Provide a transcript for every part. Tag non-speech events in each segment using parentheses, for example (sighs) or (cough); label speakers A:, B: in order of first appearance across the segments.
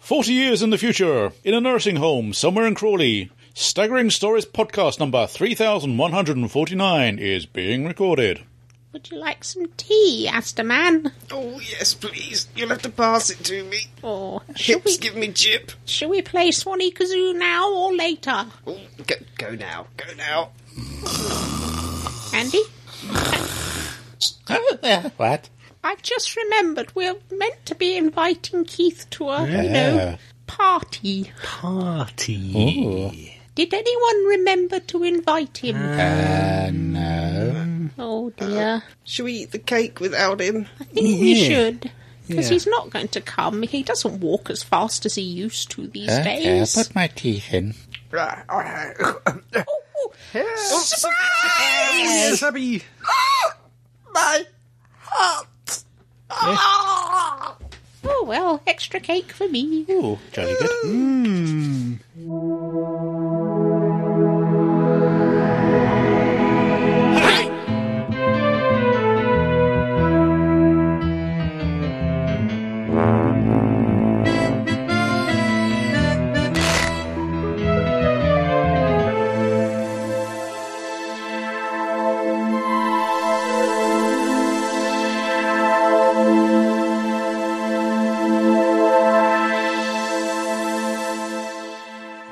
A: 40 years in the future, in a nursing home somewhere in Crawley, Staggering Stories podcast number 3149 is being recorded.
B: Would you like some tea, asked a man.
C: Oh, yes, please. You'll have to pass it to me.
B: Or should
C: Hips,
B: we,
C: give me chip.
B: should we play Swanee Kazoo now or later?
C: Oh, go, go now. Go now.
B: Andy,
A: what?
B: I've just remembered we're meant to be inviting Keith to a, you know, party.
D: Party.
B: Did anyone remember to invite him?
D: Uh,
B: no. Oh dear.
C: Should we eat the cake without him?
B: I think we
D: Yeah.
B: should. Because
D: Yeah.
B: he's not going to come. He doesn't walk as fast as he used to these
D: Uh,
B: days.
A: my teeth in.
C: Right. all (laughs) right.
B: Oh, oh,
D: Yes, Abby.
C: My heart. Ah!
B: oh well, extra cake for me.
A: Ooh, jolly good.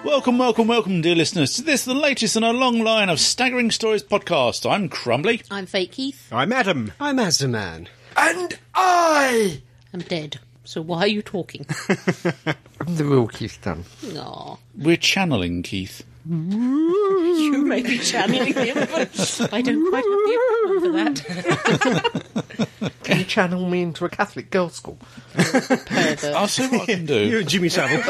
A: Welcome, welcome, welcome, dear listeners, to this, the latest in a long line of Staggering Stories podcast. I'm Crumbly.
B: I'm fake Keith.
D: I'm Adam.
E: I'm Azaman.
C: And I.
B: I'm dead. So why are you talking? (laughs)
E: I'm the real Keith Dunn.
B: Aw.
A: We're channeling Keith.
B: You may be channeling him, but (laughs) I don't quite have the equipment for that.
E: Can you channel me into a Catholic girls' school?
A: I'll see what I can (laughs) do.
D: and Jimmy Savile.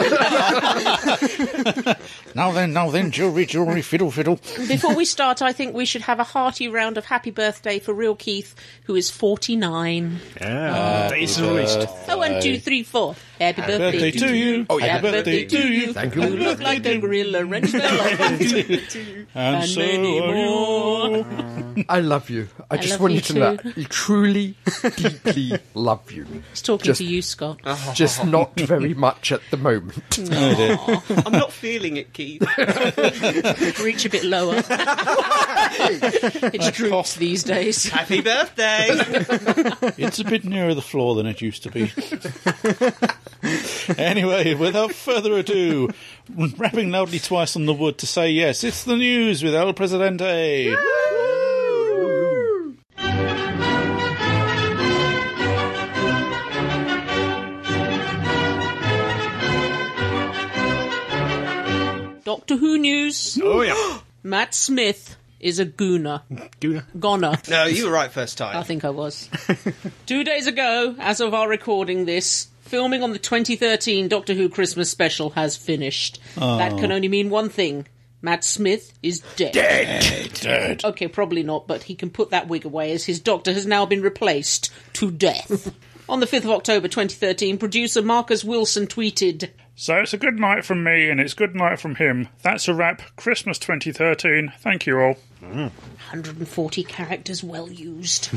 A: now then, now then, jewelry, jewelry, fiddle, fiddle.
B: (laughs) Before we start, I think we should have a hearty round of happy birthday for real Keith, who is 49.
D: yeah. Days and released.
B: Oh, one, two, three, four. Happy, birthday,
A: Birthday to you. Oh,
B: Happy birthday to you.
E: Thank
B: You
E: you.
B: look like a gorilla. Wrench (laughs) and
A: (laughs) And so
B: many
A: are you.
B: more.
E: (laughs) I love you. I, just
B: love
E: want
B: you
E: you to know
B: too.
E: that. you truly, deeply love (laughs) you.
B: It's talking
E: Just-
B: to you, Scott.
E: Just not very much at the moment.
A: Oh,
C: I'm not feeling it, Keith.
E: (laughs)
B: Reach a bit (laughs) lower. it's droops these days.
C: Happy birthday.
A: It's a bit nearer the floor than it used to be. (laughs) anyway, without further ado, rapping loudly twice on the wood to say yes, it's the news with El Presidente.
B: Doctor Who news.
D: Oh, yeah.
B: Matt Smith is a gooner.
D: Guna.
B: Goner.
C: no, you were right first
B: I
C: time.
B: think
F: (laughs)
B: I was. Two days ago, as of our recording this, filming on the 2013 Doctor Who Christmas special has finished. That
F: Oh.
B: can only mean one thing. Matt Smith is dead.
A: Dead.
B: Okay, probably not, but he can put that wig away as his doctor has now been replaced
F: (laughs)
B: to death. on the 5th of October 2013, producer Marcus Wilson tweeted,
F: So it's a good night from me, and it's good night from him. That's a wrap. Christmas 2013. Thank you all.
B: Mm. 140 characters well used.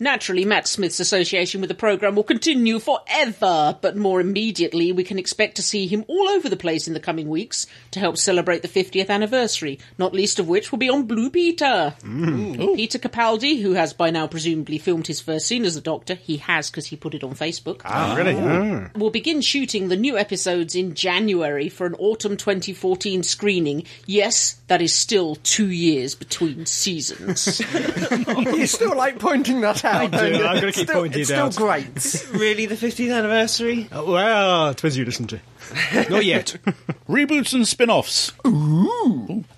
B: Naturally, Matt Smith's association with the programme will continue forever, but more immediately, we can expect to see him all over the place in the coming weeks to help celebrate the 50th anniversary, not least of which will be on Blue Peter.
D: Mm.
B: Peter Capaldi, who has by now presumably filmed his first scene as the Doctor, he has because he put it on Facebook
D: Ah, really?
B: will begin shooting the new episodes in January for an autumn 2014 screening. Yes, that is still two years between seasons.
E: you still like pointing that out.
D: do.
E: don't you?
D: I'm gonna
E: It's
D: keep
E: still,
D: pointing
E: it's
D: it
E: still
D: out.
E: (laughs) great.
C: really, the 15th anniversary?
D: Oh, well, it depends who you listen to.
C: (laughs)
D: Not yet.
A: (gasps) Reboots and spin offs.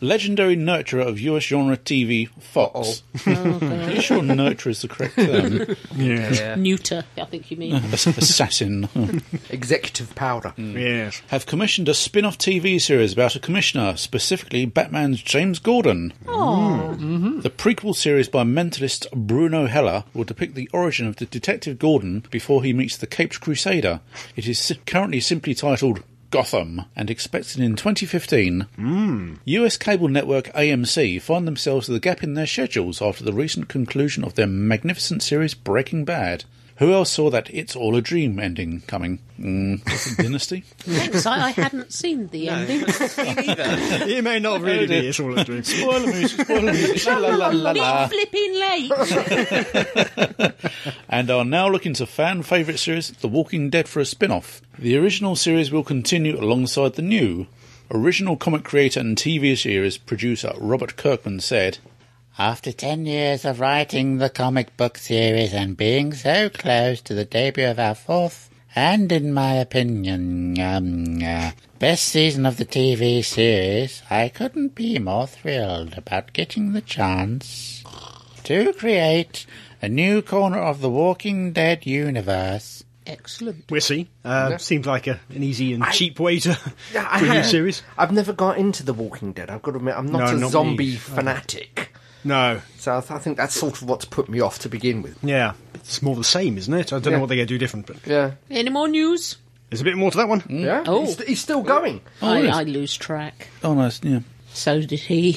A: Legendary nurturer of US genre TV, Fox. (laughs) Are you sure nurturer is the correct
D: (laughs)
A: term?
D: yes.
B: Neuter, I think you mean.
A: Ass- Assassin.
E: Executive powder.
D: Yes.
A: Have commissioned a spin off TV series about a commissioner, specifically Batman's James Gordon. Mm. Mm-hmm. The prequel series by mentalist Bruno Heller will depict the origin of the Detective Gordon before he meets the Caped Crusader. It is si- currently simply titled Gotham and expected in 2015. US cable network AMC find themselves with a gap in their schedules after the recent conclusion of their magnificent series Breaking Bad, Who else saw that It's All a Dream ending coming? Mm, was it Dynasty?
B: Thanks, I, I hadn't seen the ending.
C: Me neither.
D: It may not really be. It's all a (laughs) dream.
A: Spoiler music, spoiler music. (laughs) la, la, la, la, la.
B: Bit flipping late.
A: and are now looking to fan favourite series The Walking Dead for a spin off. The original series will continue alongside the new. Original comic creator and TV series producer Robert Kirkman said,
G: After 10 years of writing the comic book series and being so close to the debut of our fourth, and in my opinion, um, uh, best season of the TV series, I couldn't be more thrilled about getting the chance to create a new corner of the Walking Dead universe.
B: Excellent.
D: We'll see. Uh, Seems like a, an easy and cheap way to
E: Yeah,
D: (laughs) for a new
E: have.
D: series.
E: I've never got into The Walking Dead. I've got to admit, I'm not
D: No,
E: a
D: not me.
E: zombie
D: Oh.
E: fanatic.
D: No,
E: So I, th- I think that's sort of what's put me off to begin with.
D: yeah, it's more the same, isn't it? I don't
E: Yeah.
D: know what they're going to do different, but
E: Yeah.
B: Any more news?
D: there's a bit more to that one.
E: Yeah.
B: Oh.
E: He's, he's still going.
B: I,
A: yes.
B: I lose track.
A: Oh, nice, yeah.
B: So did he.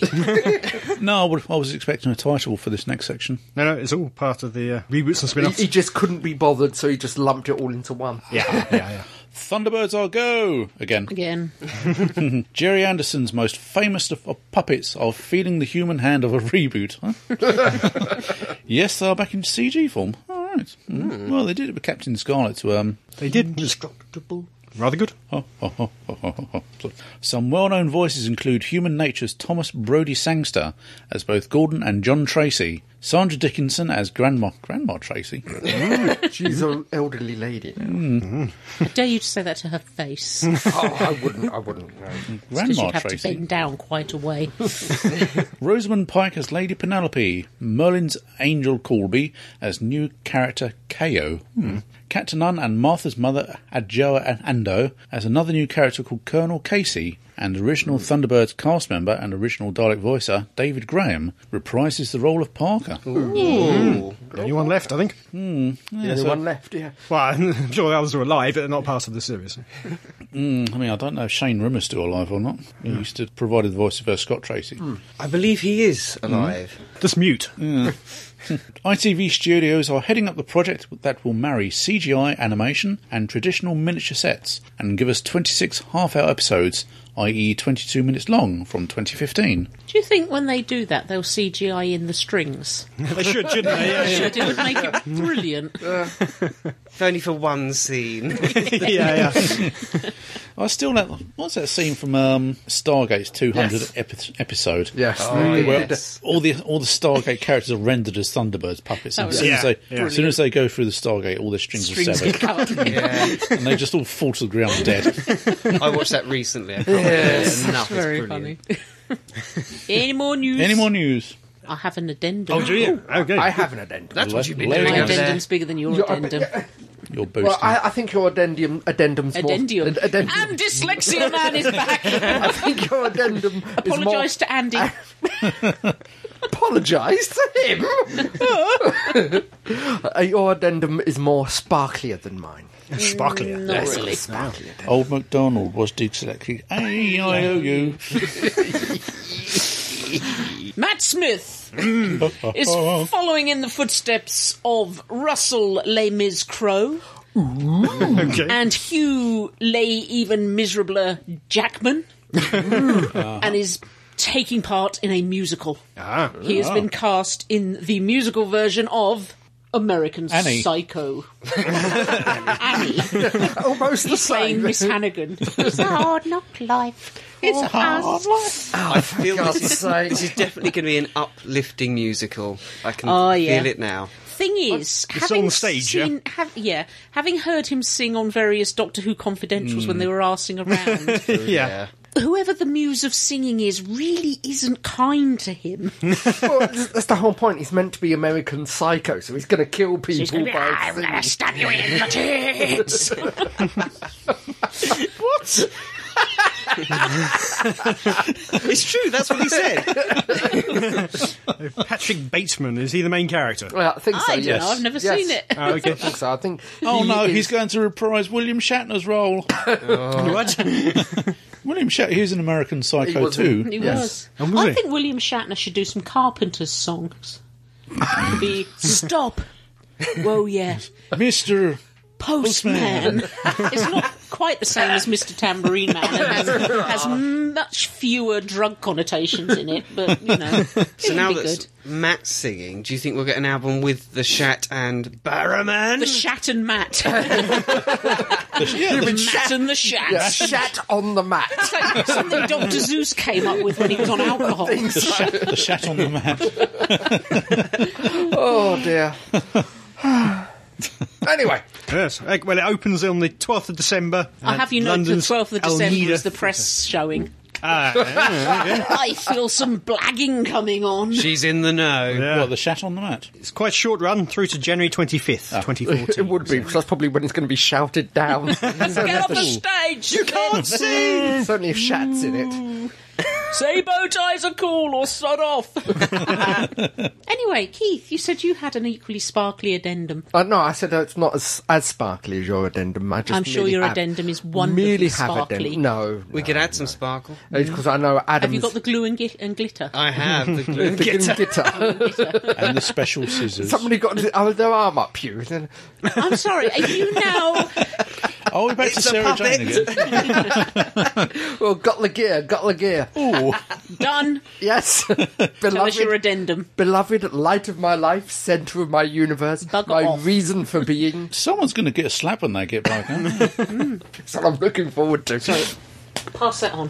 A: No, I would- I was expecting a title for this next section.
D: No, no, it's all part of the uh, reboots and
E: He,
D: spin-offs.
E: he just couldn't be bothered, so he just lumped it all into one.
D: yeah, yeah, yeah.
A: Thunderbirds are go! Again.
B: Again.
A: Jerry Anderson's most famous of of puppets are feeling the human hand of a (laughs) reboot. Huh?
B: (laughs)
A: yes, they are back in CG form. All right.
B: Hmm.
A: Mm. Well, they did it with Captain Scarlet to um,
D: They did. Just rather good.
A: Some well known voices include Human Nature's Thomas Brodie Sangster as both Gordon and John Tracy, Sandra Dickinson as Grandma Grandma
B: (laughs)
A: Tracy,
E: (laughs) She's an elderly lady.
B: I dare you to say that to her face.
E: (laughs) oh, I wouldn't. I wouldn't. No.
B: Because
A: Grandma
B: you'd have to
A: Tracy,
B: bend down quite a way.
A: Rosamund Pike as Lady Penelope, Merlin's Angel Colby as new character Ko, Cat Nun and Martha's mother Adjoa and Ando as another new character called Colonel Casey, and original Thunderbirds cast member and original Dalek voicer David Graham reprises the role of Parker.
D: Only one left, I think.
E: the only one left. Yeah.
D: Well, (laughs) I'm sure the others are alive, but they're not part of the series.
A: I mean, I don't know if Shane Rimmer's still alive or not. He used to provided the voice of uh, Scott Tracy.
C: I believe he is
E: Hmm?
C: alive.
D: Just mute.
A: ITV Studios are heading up the project that will marry CGI animation and traditional miniature sets and give us 26 half hour episodes, i.e., 22 minutes long, from 2015.
B: Do you think when they do that, they'll CGI in the strings?
D: (laughs) they should, shouldn't they? Yeah, yeah.
B: Should it would make it brilliant?
C: If only for one (laughs) scene.
D: (laughs) yeah, yeah.
A: I still that. What's that scene from um, Stargate's 200
E: Yes.
A: epi- episode?
E: Yes.
C: Oh,
A: Well,
C: yes.
A: all the all the Stargate characters are rendered as Thunderbirds puppets. And
B: Oh,
A: as, soon as,
D: yeah.
A: they,
D: Yeah.
A: as soon as they go through the Stargate, all their strings, are
B: Strings
A: severed,
B: get cut.
A: and they just all fall to the ground dead.
C: I watched that recently. I can't yes. Enough. It's
B: Very funny.
C: brilliant.
B: Any more news?
A: Any more news?
B: I have an addendum.
D: Oh, (laughs) do you? Okay.
E: I have an addendum.
C: That's what you've been
A: Le-
C: doing
B: My
A: Larry
C: over there.
B: addendum's bigger than your
E: Yeah, I bet-
B: addendum.
A: You're boosting.
E: Well, I, I think your addendum addendum's more-
B: Addendium.
E: ad- addendum.
B: And dyslexia man is back.
E: (laughs) I think your addendum is more
B: Apologise to Andy.
E: apologise to him. (laughs) Uh, your addendum is more sparklier than mine.
D: Sparklier. Yes.
B: really.
E: Sparklier.
A: Old MacDonald was dyslexic. A-I-O-U.
B: Matt Smith is
D: Oh.
B: following in the footsteps of Russell Les Mis Crow (laughs)
D: Okay.
B: and Hugh Les Even Miserabler
D: (laughs)
B: Jackman Ah. and is taking part in a musical.
D: ah.
B: He has been cast in the musical version of American
A: Annie.
D: (laughs)
B: Psycho. Annie.
E: Almost the
B: He's playing
E: same.
B: Miss
D: (laughs)
B: Hannigan.
H: It's a hard knock life. It's a hard life.
C: I feel this
E: God's
C: is,
E: sake.
C: this is definitely going to be an uplifting musical. I can
B: Oh, yeah.
C: feel it now.
B: Thing is, having
D: on stage, yeah?
B: seen, Have, yeah, having heard him sing on various Doctor Who confidentials when they were arsing around,
D: Yeah.
B: whoever the muse of singing is really isn't kind to him.
E: (laughs) Well, that's that's the whole point. He's meant to be American Psycho, so he's going to kill
B: He's
E: people
B: going to be, "Ah,
E: by
B: I'm going to
E: singing.
B: stab you in the (laughs) tits.
C: It's true. That's what he (laughs) said.
D: Patrick Bateman, is he the main character?
E: Well, I think so.
B: I don't
E: yes.
B: know, I've never
E: Yes.
B: seen it.
D: Ah, okay.
E: I think so. I think.
A: Oh
E: he
A: no,
E: is-
A: he's going to reprise William Shatner's role.
D: What?
A: William Shatner, he was an American
E: He
A: psycho
E: was in-
A: too.
E: (laughs)
B: He
E: Yes.
D: And
B: was.
D: was
B: I
D: he?
B: think William Shatner should do some Carpenter's songs. be stop, Whoa, yes.
A: Mr.
B: Postman. it's not quite the same as Mr. Tambourine Man. It (laughs) has, has much fewer drug connotations in it, but, you (laughs) know,
C: So
B: it'll
C: now
B: be
C: that
B: good.
C: Matt's singing, do you think we'll get an album with the Shat and Barrowman?
B: The Shat and (laughs) Matt. the Matt and the Shat.
E: Shat on the mat.
B: Something Dr. Zeus came up with when he was on alcohol.
A: The shat, the shat on the mat.
B: "Hmm."
E: Oh dear.
A: (laughs)
E: (sighs) anyway,
D: Yes. Uh, Well, it opens on the 12th of December.
B: I'll have you know the 12th of December is the press showing. Ah, I feel some blagging coming on.
C: She's in the know.
A: Well, the shat on the mat.
D: It's quite a short run through to January 25th, 2014.
E: Ah. (laughs) it would be because that's probably when it's going to be shouted (laughs) down.
B: Get off the stage! You can't
E: it's only if Shat's in it.
B: Say bow ties are cool or sod off. (laughs) anyway, Keith, you said you had an equally sparkly addendum.
E: Uh, no, I said uh, it's not as, as sparkly as your addendum. I just
B: I'm sure
E: merely
B: your
E: have-
B: addendum is wonderfully
E: merely
B: sparkly.
E: Have addendum. No,
C: We could add some sparkle.
E: because I know Adam's.
B: Have you got the glue and, gli- and glitter?
C: I have. The glue.
E: the guitar? guitar.
A: And the special scissors.
E: Somebody got the, oh, their arm up you. Then-
B: (laughs) I'm sorry, are you now?
A: Oh, we're back to Sarah Jane again.
E: Well, oh, got the gear, got the gear.
A: Ooh,
B: (laughs) Done.
E: (laughs) Yes,
B: Tell us your
E: beloved,
B: addendum.
E: beloved light of my life, centre of my universe,
B: Bugger
E: my
B: off.
E: reason for being.
A: someone's going to get a slap when they get back, aren't they?
E: That's what I'm looking forward to.
B: Pass that on.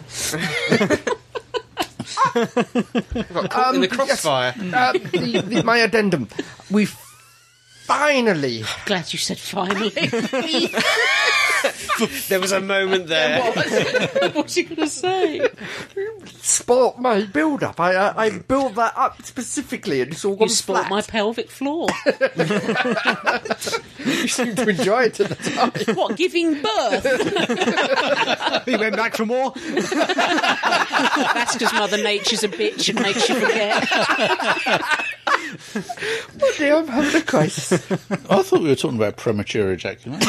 C: Got
E: Um,
C: caught in the crossfire.
B: (laughs)
E: Uh, the, the, my addendum. We finally
B: Glad you said (laughs) finally.
C: There was a moment there.
B: (laughs) What's he going to say?
E: sport my build up. I, I, I built that up specifically, and it's all gone
B: You spoilt
E: (laughs) flat.
B: my pelvic floor.
E: You seem to enjoy it at the time.
B: what, giving birth?
D: he went back for more.
B: That's because Mother Nature's a bitch and makes you forget.
E: (laughs)
B: (laughs)
E: Oh dear, I'm having a crisis.
A: I thought we were talking about premature ejaculation.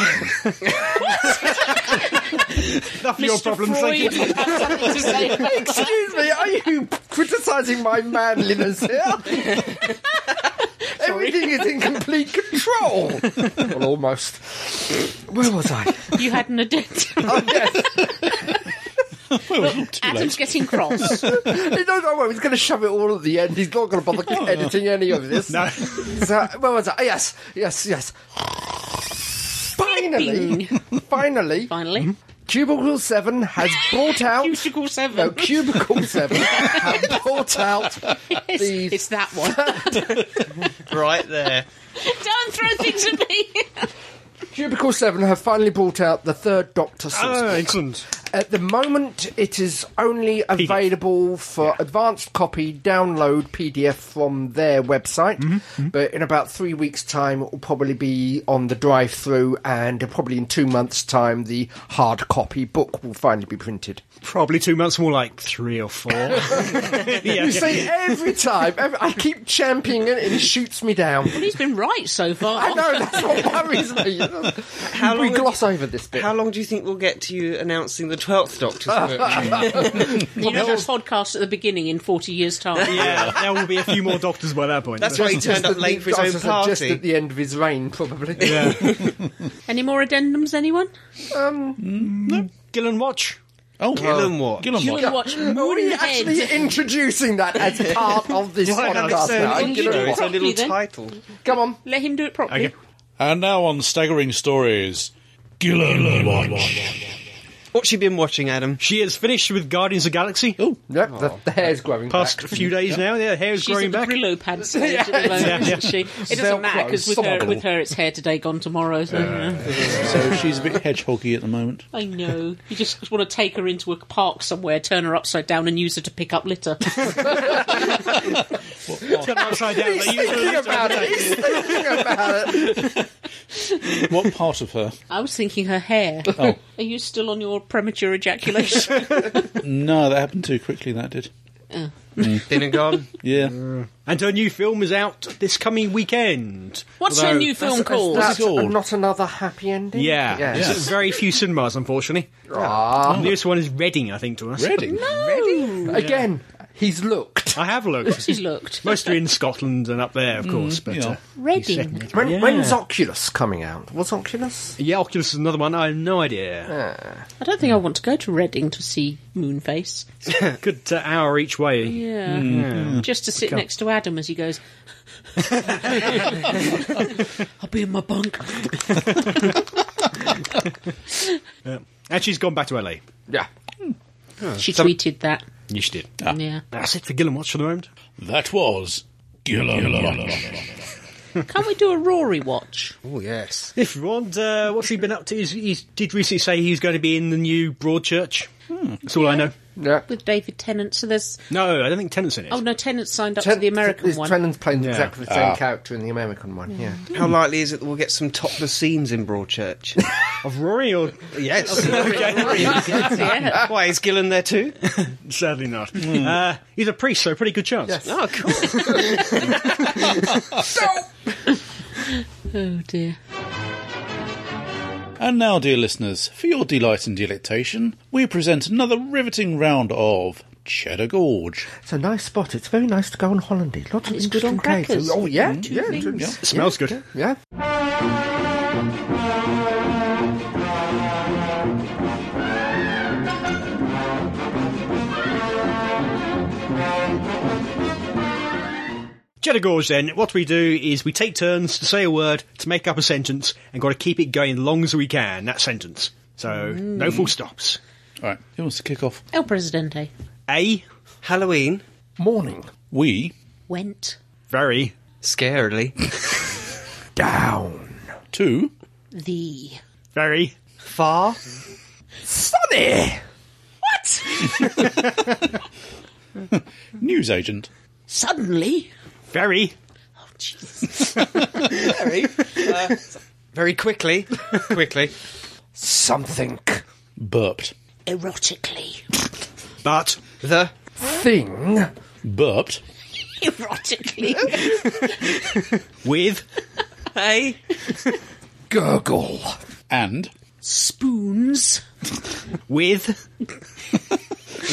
D: Enough of your
B: Mr.
D: problems. Thank you.
B: Freud, you have something to (laughs) say.
E: Excuse me, are you criticising my
B: (laughs)
E: manliness here? (laughs) Everything is in
B: (laughs)
E: complete control. well, almost. Where was I?
B: You had an addendum.
E: Oh, yes.
A: well, too late.
B: Adam's getting cross.
E: No, no, no, he's going to shove it all at the end. He's not going to bother editing any of this. No. (laughs) So, where was I? Ah, Yes, yes, yes. Finally, (laughs) finally,
B: Finally.
E: Cubicle 7 has
B: (laughs)
E: brought out...
B: Cuticle 7.
E: No, Cubicle 7 has brought out
B: (laughs) It's,
E: the
B: it's that one.
C: Right there.
B: Don't (laughs) throw things at me.
E: Cubicle 7 have finally brought out the third Doctor source.
D: Ah, excellent.
E: At the moment, it is only available for advanced copy download PDF from their website.
C: Mm-hmm,
E: But in about three weeks' time, it will probably be on the drive through, and probably in two months' time, the hard copy book will finally be printed.
D: Probably two months, more like three
E: (laughs)
D: or four. (laughs) yeah,
E: You say every time, every, I keep championing it, and it shoots me down.
B: He's been right so far.
E: I
C: (laughs)
E: know, that's what worries me.
C: How
E: (laughs) we
C: long-
E: gloss over this bit.
C: How long do you think we'll get to you announcing the 12th Doctor's book?
B: You know that podcast at the beginning in 40 years' time?
D: yeah, there will be a few more doctors by that point.
C: That's why he turned up late for his own
E: Just at- Just at
C: party.
E: the end of his reign, probably.
D: Yeah.
B: Any more addendums, anyone?
D: Gillen Watch.
A: Oh,
C: Gillan Watch.
A: Gillan
B: You
A: Watch.
B: can watch
E: Are we actually
B: Moonhead.
E: introducing that as part of this
D: (laughs) Why not?
E: podcast?
D: So,
E: now?
B: you
E: You know
B: do
E: what?
C: It's a
B: properly
C: little
B: then.
C: title.
E: Come on.
B: Let him do it properly.
D: Okay.
A: And now on Staggering Stories, Gillan Watch.
C: What's she been watching, Adam?
D: She has finished with Guardians of the Galaxy. Oh,
E: Yep, the, the hair's growing
D: past
E: back.
D: a few days now. Yeah, hair's
B: She's
D: growing
B: at the
D: back.
B: Brillo pad stage at the moment,
D: Yeah, yeah.
B: isn't she? It doesn't matter because with her,
A: Velcro.
B: with her, it's hair today, gone tomorrow. So, you know.
A: So she's a bit hedgehoggy at the moment.
D: Uh.
B: I know. You just want to take her into a park somewhere, turn her upside down, and use her to pick up litter. (laughs)
D: Turn upside
E: (laughs)
D: down.
E: He's thinking about it. He's thinking about it.
A: What part of her?
B: I was thinking her hair.
A: Oh.
B: Are you still on your premature ejaculation?
A: No, that happened too quickly, that did.
C: Been and gone?
A: Yeah.
D: And her new film is out this coming weekend.
B: What's her
D: Although-
B: new film called?
E: That's
A: called?
E: not another happy ending.
D: Yeah,
E: Yes.
D: It's at very few cinemas, unfortunately.
E: Ah,
D: The nearest one is Reading, I think, to us.
B: Oh.
A: Reading.
E: again, He's looked.
D: I have looked.
B: She's looked. Mm.
D: Mostly in Scotland and up there, of course. But
A: You know,
D: uh,
B: Reading.
E: When,
D: Yeah.
E: When's Oculus coming out? What's Oculus?
D: yeah, Oculus is another one. I have no idea.
B: I don't think I want to go to Reading to see Moonface.
D: Good uh, hour each way.
B: Yeah. Just to sit next to Adam as he goes, (laughs) I'll be in my bunk.
D: And she's gone back to LA.
E: Yeah.
B: She tweeted that.
D: You should. did.
B: Yeah.
D: That's it for Gillam Watch for the moment.
A: that was Gillam.
B: Can't we do a Rory watch?
C: Oh, yes.
D: If you want, uh, what's he been up to? He's, he did recently say he's going to be in the new Broadchurch. That's all I know.
E: Yeah.
B: With David Tennant. So there's.
D: No, I don't think Tennant's in it.
B: Oh, no, Tennant signed up to
E: Ten-
B: the American
E: is
B: one. Ah. Mm.
E: Tennant's playing
D: Yeah.
E: exactly the same character in the American one. Yeah.
C: How likely is it that we'll get some topless scenes in Broadchurch?
D: Of Rory or
C: (laughs) yes.
B: yeah.
C: Why, is Gillen there too?
D: (laughs) sadly not. Uh, he's a priest, so pretty good chance.
C: Oh, cool.
B: Oh, dear.
A: And now, dear listeners, for your delight and delectation, we present another riveting round of Cheddar Gorge.
E: (laughs) It's a nice spot. It's very nice to go on Hollandy. Lots of
B: it's good on
E: interesting places.
B: crackers.
E: Oh yeah,
B: Mm.
E: yeah,
B: Two
E: yeah,
D: It smells good.
E: yeah.
D: Cheddar Gorge, then, what we do is we take turns to say a word to make up a sentence and got to keep it going as long as we can, that sentence. So, no full stops.
A: All right, who wants to kick off?
B: El Presidente
D: A,
C: Halloween,
E: Morning
A: We
B: went
D: very,
C: scarily,
E: down,
A: two
B: the.
D: very,
C: far,
E: sunny.
B: What?
A: newsagent.
B: Suddenly.
D: very,
B: Oh, Jesus.
C: very, uh, very quickly, quickly,
E: Something
A: Burped.
B: Erotically. (laughs)
D: but
C: the
E: thing
A: Burped.
B: Erotically. (laughs)
D: with
C: hey,
E: gurgle.
A: And
B: Spoons.
D: with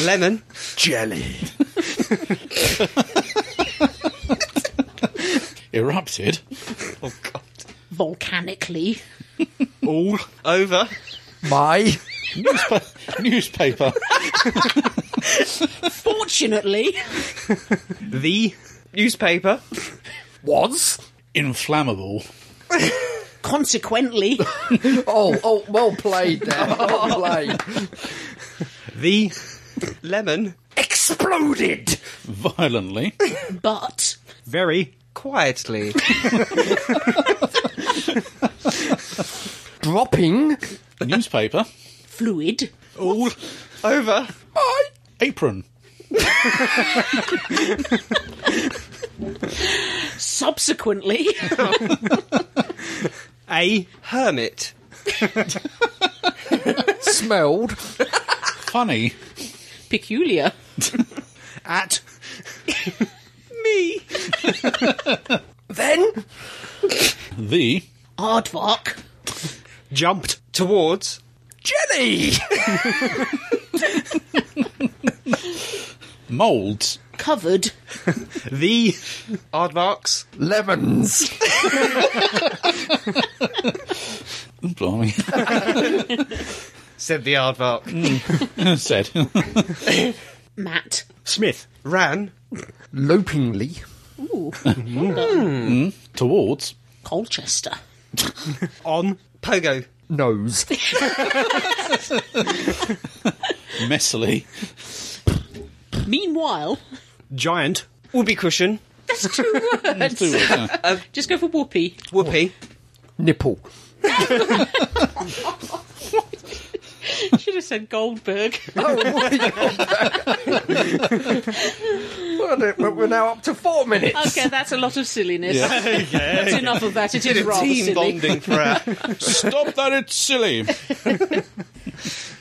C: lemon,
E: Jelly.
A: erupted. (laughs)
C: oh god,
B: Volcanically.
D: all
C: over,
E: My
A: Newspaper.
B: Fortunately.
D: the
C: newspaper,
E: was.
A: Inflammable.
B: Consequently.
E: Oh, oh, well played there. (laughs) Well played.
D: the
C: lemon,
E: Exploded.
A: Violently.
B: But.
D: very
C: quietly,
E: Dropping.
A: Newspaper.
B: Fluid.
D: all
C: over,
A: Apron.
B: Subsequently.
D: a
C: hermit,
E: Smelled.
A: Funny.
B: Peculiar.
D: at
B: Me.
E: Then
A: The
B: Aardvark.
D: jumped
C: towards,
E: jelly.
A: moulds.
B: Covered.
D: the
C: aardvarks,
E: Lemons.
A: Blimey.
C: said the aardvark,
A: (laughs) Said. (laughs)
B: Matt.
D: Smith
C: ran,
E: Lopingly.
B: Ooh.
A: Towards.
B: Colchester.
D: on
C: pogo,
E: Nose.
A: Messily. (laughs)
B: Meanwhile,
D: giant
C: whoopee cushion,
B: Mm,
A: Two words, yeah.
B: just go for Whoopi.
C: whoopee,
E: Nipple.
B: Should have said Goldberg.
E: Well, We're now up to four minutes.
B: Okay, that's a lot of silliness.
C: (laughs)
B: That's enough of that. It is rather
C: team
B: silly.
C: bonding for our
A: Stop that, it's silly.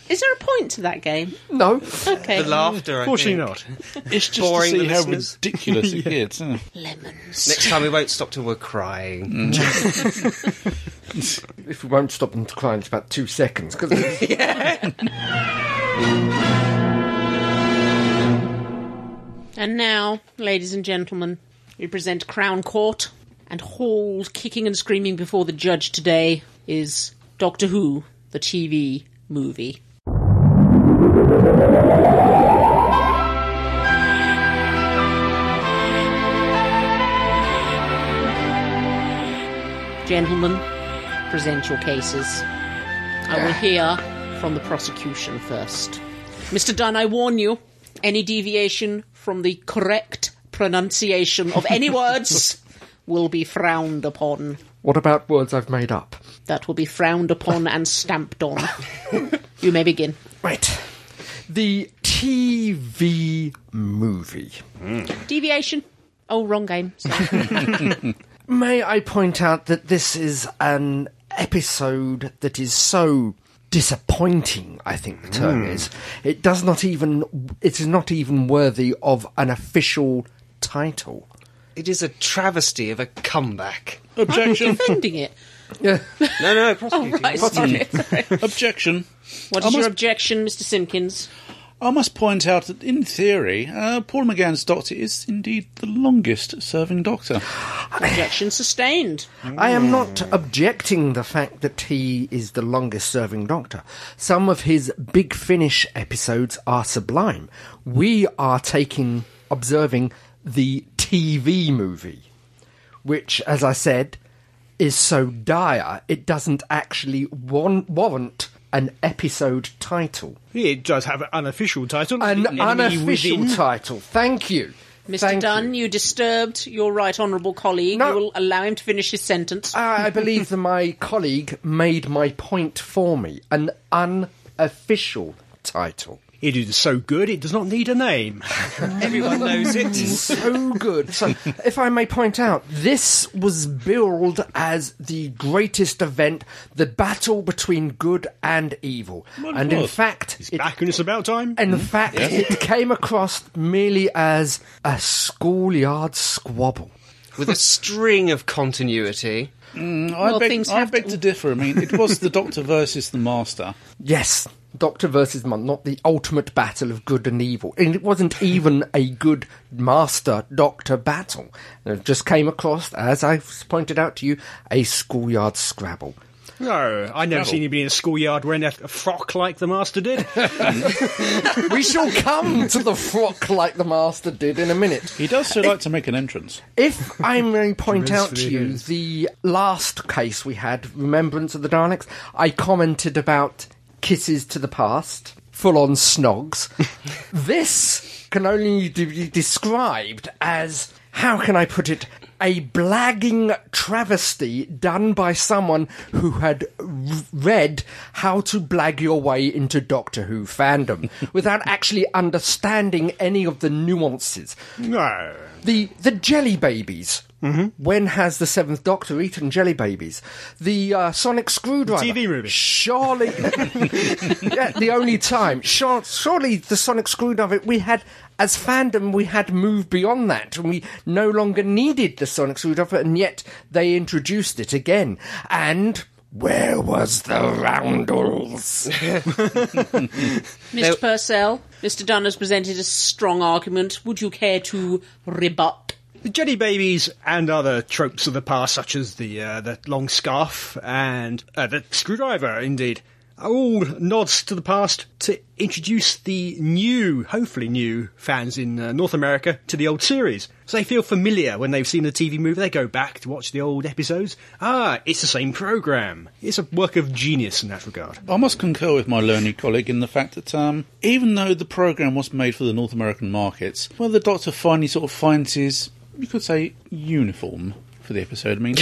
B: Is there a point to that game?
E: No.
B: Okay.
C: the laughter. I
D: Fortunately
C: think.
D: not.
A: It's just
C: Boring
A: to see
C: the
A: how
C: listeners.
A: ridiculous
C: (laughs)
A: it Hmm. gets. isn't it?
B: Lemons.
C: Next time we won't stop till we're crying.
E: If we won't stop them to cry, it's about two seconds. 'cause (laughs) it's-
B: And now, ladies and gentlemen, we present Crown Court, and hauled kicking and screaming before the judge today is Doctor Who, the TV movie. Gentlemen, present your cases. I will hear from the prosecution first. Mr. Dunn, I warn you, any deviation from the correct pronunciation of any words will be frowned upon.
E: What about words I've made up?
B: That will be frowned upon and stamped on. you may begin.
E: Right. The TV movie.
B: Deviation. Oh, wrong game. Sorry.
E: May I point out that this is an episode that is so disappointing, I think the term is. It does not even, it is not even worthy of an official title.
C: It is a travesty of a comeback.
A: Objection.
B: Defending it.
C: No,
B: (laughs)
C: no, prosecuting.
B: Right, sorry.
A: Objection.
B: What is your objection, Mr. Simpkins?
A: I must point out that, in theory, uh, Paul McGann's Doctor is indeed the longest serving Doctor.
B: Objection sustained.
E: I am not objecting the fact that he is the longest serving Doctor. Some of his Big Finish episodes are sublime. We are taking, observing the TV movie, which, as I said, is so dire it doesn't actually wan- warrant an episode title.
D: It does have an unofficial title.
E: An
D: Enemy
E: unofficial
D: Within.
E: title. Thank you.
B: Mr.
E: Thank
B: Dunn, you. disturbed your right honourable colleague.
E: No.
B: You will allow him to finish his sentence.
E: I I believe that my colleague made my point for me. An unofficial title.
D: It is so good it does not need a name.
C: Everyone knows it.
E: (laughs) So good. So, if I may point out, this was billed as the greatest event, the battle between good and evil. and in
A: was.
E: fact, it,
D: Back when it's
E: (laughs)
D: about time.
E: in fact, it came across merely as a schoolyard squabble.
C: With a string of continuity.
A: I
B: Well,
A: beg,
B: things
A: I
B: have
A: beg
B: to-
A: to differ. I mean, it was the Doctor versus the Master.
E: Yes, Doctor versus Mon, not the ultimate battle of good and evil. And it wasn't even a good master doctor battle. It just came across, as I've pointed out to you, a schoolyard scrabble.
D: No, I never seen anybody in a schoolyard wearing a, a frock like the master did.
E: we shall come to the frock like the master did in a minute.
A: He
B: (laughs)
A: does so like to make an entrance.
E: If I may point
D: Tremendous
E: out to
D: video
E: you
D: games.
E: the last case we had, Remembrance of the Daleks, I commented about kisses to the past, full on snogs. this can only d- be described as, how can I put it, a blagging travesty done by someone who had r- read How to Blag Your Way into Doctor Who fandom without actually understanding any of the nuances.
D: no.
E: The the jelly babies. Mm-hmm. When has the Seventh Doctor eaten jelly babies? The uh, Sonic Screwdriver.
D: TV
E: (laughs)
D: movie.
E: Surely, yeah, the only time. Sure, surely the Sonic Screwdriver. We had as fandom, we had moved beyond that, and we no longer needed the Sonic Screwdriver, and yet they introduced it again. And where was the roundels?
B: Mr. Purcell, Mr. Dunn has presented a strong argument. Would you care to rebut?
D: The jelly babies and other tropes of the past, such as the uh, the long scarf and uh, the screwdriver, indeed, are all nods to the past to introduce the new, hopefully new, fans in uh, North America to the old series. So they feel familiar when they've seen the TV movie. They go back to watch the old episodes. Ah, it's the same program. It's a work of genius in that regard.
A: I must concur with my learned colleague in the fact that um, even though the programme was made for the North American markets, where the Doctor finally sort of finds his, you could say, uniform for the episode. I mean,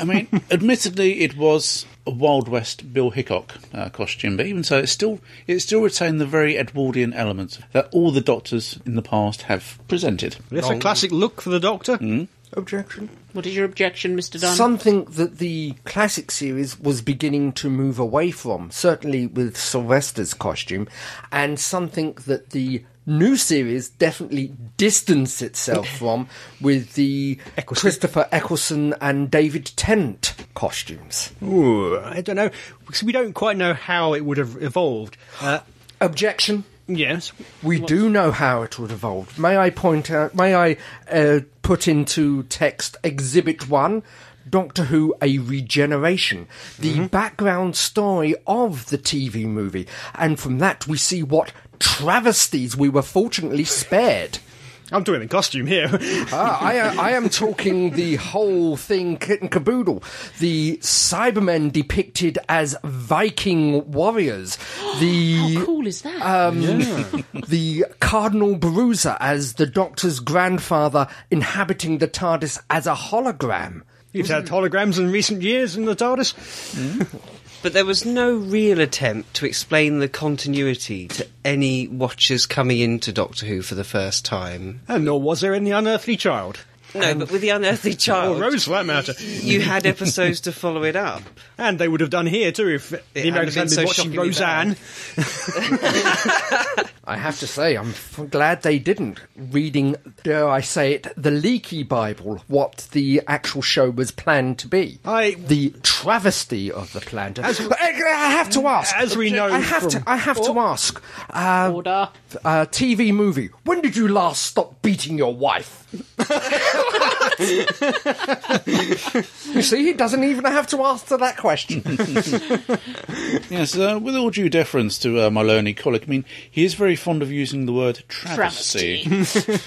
A: I mean, admittedly, it was a Wild West Bill Hickok uh, costume, but even so, it still it still retained the very Edwardian elements that all the Doctors in the past have presented.
D: That's a classic look for the Doctor.
E: (laughs) Objection.
B: What is your objection, Mr. Dunn?
E: something that the classic series was beginning to move away from, certainly with Sylvester's costume, and something that the new series definitely distanced itself from with the
D: Eccleston.
E: Christopher Eccleston and David Tennant costumes.
D: Ooh, I don't know because we don't quite know how it would have evolved. Uh,
E: Objection.
D: Yes.
E: We do know how it would evolve. May I point out? May I uh, put into text Exhibit One, Doctor Who: A Regeneration, the background story of the TV movie, and from that we see what travesties we were fortunately spared.
D: I'm doing the
C: (laughs)
D: costume here.
E: (laughs) Ah, I, I am talking the whole thing kit and caboodle. The Cybermen depicted as Viking (gasps) warriors. The
B: How cool is that?
E: um, (laughs) the Cardinal Baruza as the Doctor's grandfather inhabiting the TARDIS as a hologram.
D: You've had holograms in recent years in the TARDIS.
C: But there was no real attempt to explain the continuity to any watchers coming into Doctor Who for the first time.
D: And nor was there any unearthly child.
C: No, but with the unearthly
D: Or
C: child,
D: Rose, for that matter.
C: you had episodes to follow it up.
D: And they would have done here too if the
C: hadn't
D: Americans
C: been
D: had been
C: so
D: watching
C: shockingly bad.
D: Roseanne.
E: I have to say, I'm f- glad they didn't. Reading, dare I say it, the leaky Bible, what the actual show was planned to be.
D: I-
E: the travesty of the plan. To- But I, I have to ask.
D: Mm, As we know
E: I have
D: from-
E: to. I have to ask. Uh,
B: Order.
E: uh, TV movie. When did you last stop beating your wife? (laughs) you see, he doesn't even have to answer that question.
A: Yes, uh, with all due deference to uh, my learned colleague, I mean, he is very fond of using the word travesty.
B: (laughs)
E: (laughs)
B: Travesty.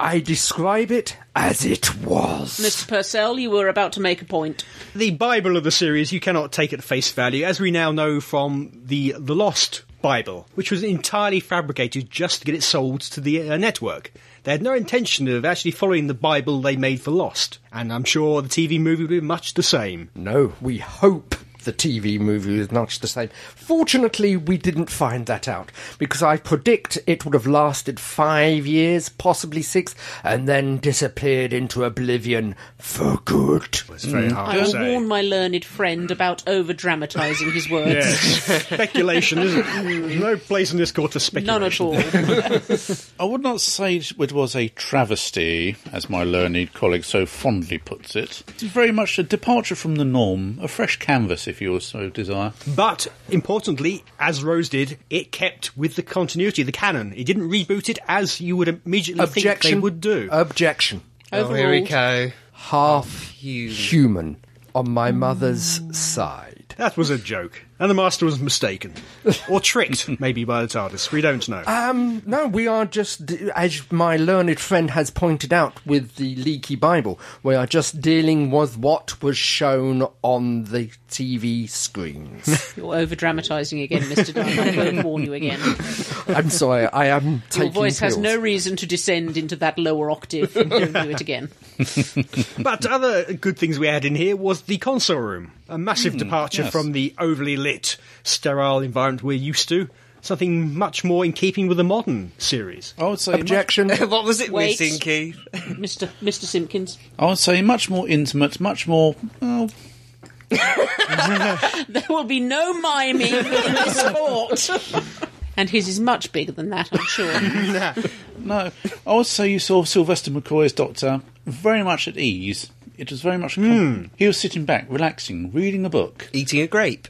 E: I describe it as it was.
B: Mr. Purcell, you were about to make a point.
D: The Bible of the series you cannot take at face value, as we now know from the the Lost Bible, which was entirely fabricated just to get it sold to the uh, network. They had no intention of actually following the Bible they made for Lost, and I'm sure the TV movie would be much the same.
E: No, we hope the TV movie is much the same. Fortunately, we didn't find that out because I predict it would have lasted five years, possibly six, and then disappeared into oblivion for good. Mm.
D: It's very hard
B: I
D: to
B: will
D: say.
B: warn my learned friend about over dramatising his words.
D: Yeah. (laughs) speculation, isn't
C: (laughs)
D: it? No place in this court for speculation.
B: None at all.
A: I would not say it was a travesty, as my learned colleague so fondly puts it. It's very much a departure from the norm, a fresh canvas, if you so desire.
D: But importantly, as Rose did, it kept with the continuity, the canon. It didn't reboot it as you would immediately think they would do.
E: Uh, Objection.
C: Oh, here we
B: Overruled.
C: go. Oh,
E: Half
C: Human.
E: human on my mother's side.
D: that was a joke, and the master was mistaken, or tricked maybe by the TARDIS. We don't know.
E: Um, no, we are just, as my learned friend has pointed out with the leaky Bible, we are just dealing with what was shown on the TV screens.
B: You're over dramatising again, Mr. Dunn. I will warn you again.
E: (laughs) I'm sorry, I am taking
B: Your voice has
E: pills.
B: no reason to descend into that lower octave. Don't do it again.
D: but other good things we had in here was the console room, a massive departure
A: yes.
D: from the overly lit, sterile environment we're used to. Something much more in keeping with the modern series.
A: I would say
E: Objection.
C: What was it
B: Wait.
C: missing, Keith?
B: Mr. Mr. Simpkins,
A: Much, I would say much more intimate, much more. Well,
B: there will be no miming in this court. And his is much bigger than that, I'm sure.
A: no, I would say you saw Sylvester McCoy's Doctor very much at ease. It was very much. He was sitting back, relaxing, reading a book.
C: Eating a grape.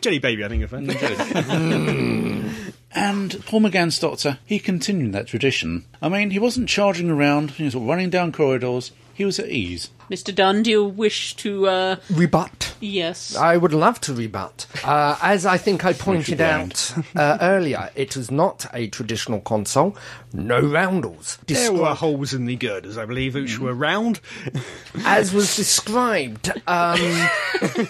D: Jelly Baby, I think of it.
A: And Paul McGann's Doctor, he continued that tradition. I mean, he wasn't charging around, he was running down corridors, he was at ease.
B: Mr. Dunn, do you wish to, uh,
E: Rebut.
B: yes.
E: I would love to rebut. Uh, as I think I pointed out
A: blind.
E: uh, earlier, it was not a traditional console. No roundels.
D: There were holes in the girders, I believe, which were round.
E: as was described.
C: (laughs)
E: Um,
C: A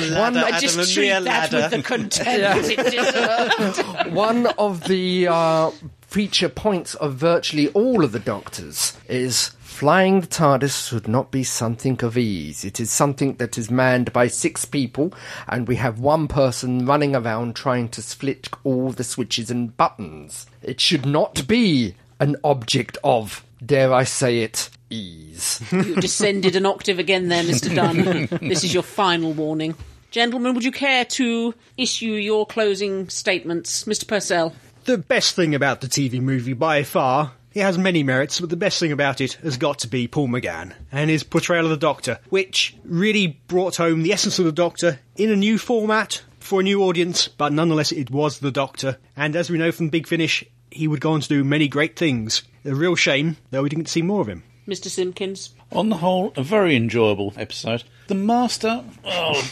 C: ladder,
E: One- I
C: Adam,
B: Just
C: a
B: treat
C: mere
B: that
C: ladder.
B: with the contempt it deserves.
E: one of the uh, feature points of virtually all of the Doctors is flying the TARDIS should not be something of ease. It is something that is manned by six people, and we have one person running around trying to split all the switches and buttons. It should not be an object of, dare I say it, ease.
B: You descended an octave again there, Mr. Dunn. this is your final warning. Gentlemen, would you care to issue your closing statements? Mr. Purcell.
D: The best thing about the TV movie by far, it has many merits, but the best thing about it has got to be Paul McGann and his portrayal of the Doctor, which really brought home the essence of the Doctor in a new format for a new audience, but nonetheless it was the Doctor. And as we know from Big Finish, he would go on to do many great things. A real shame, though we didn't see more of him.
B: Mr. Simpkins.
A: On the whole, a very enjoyable episode. The Master. Oh,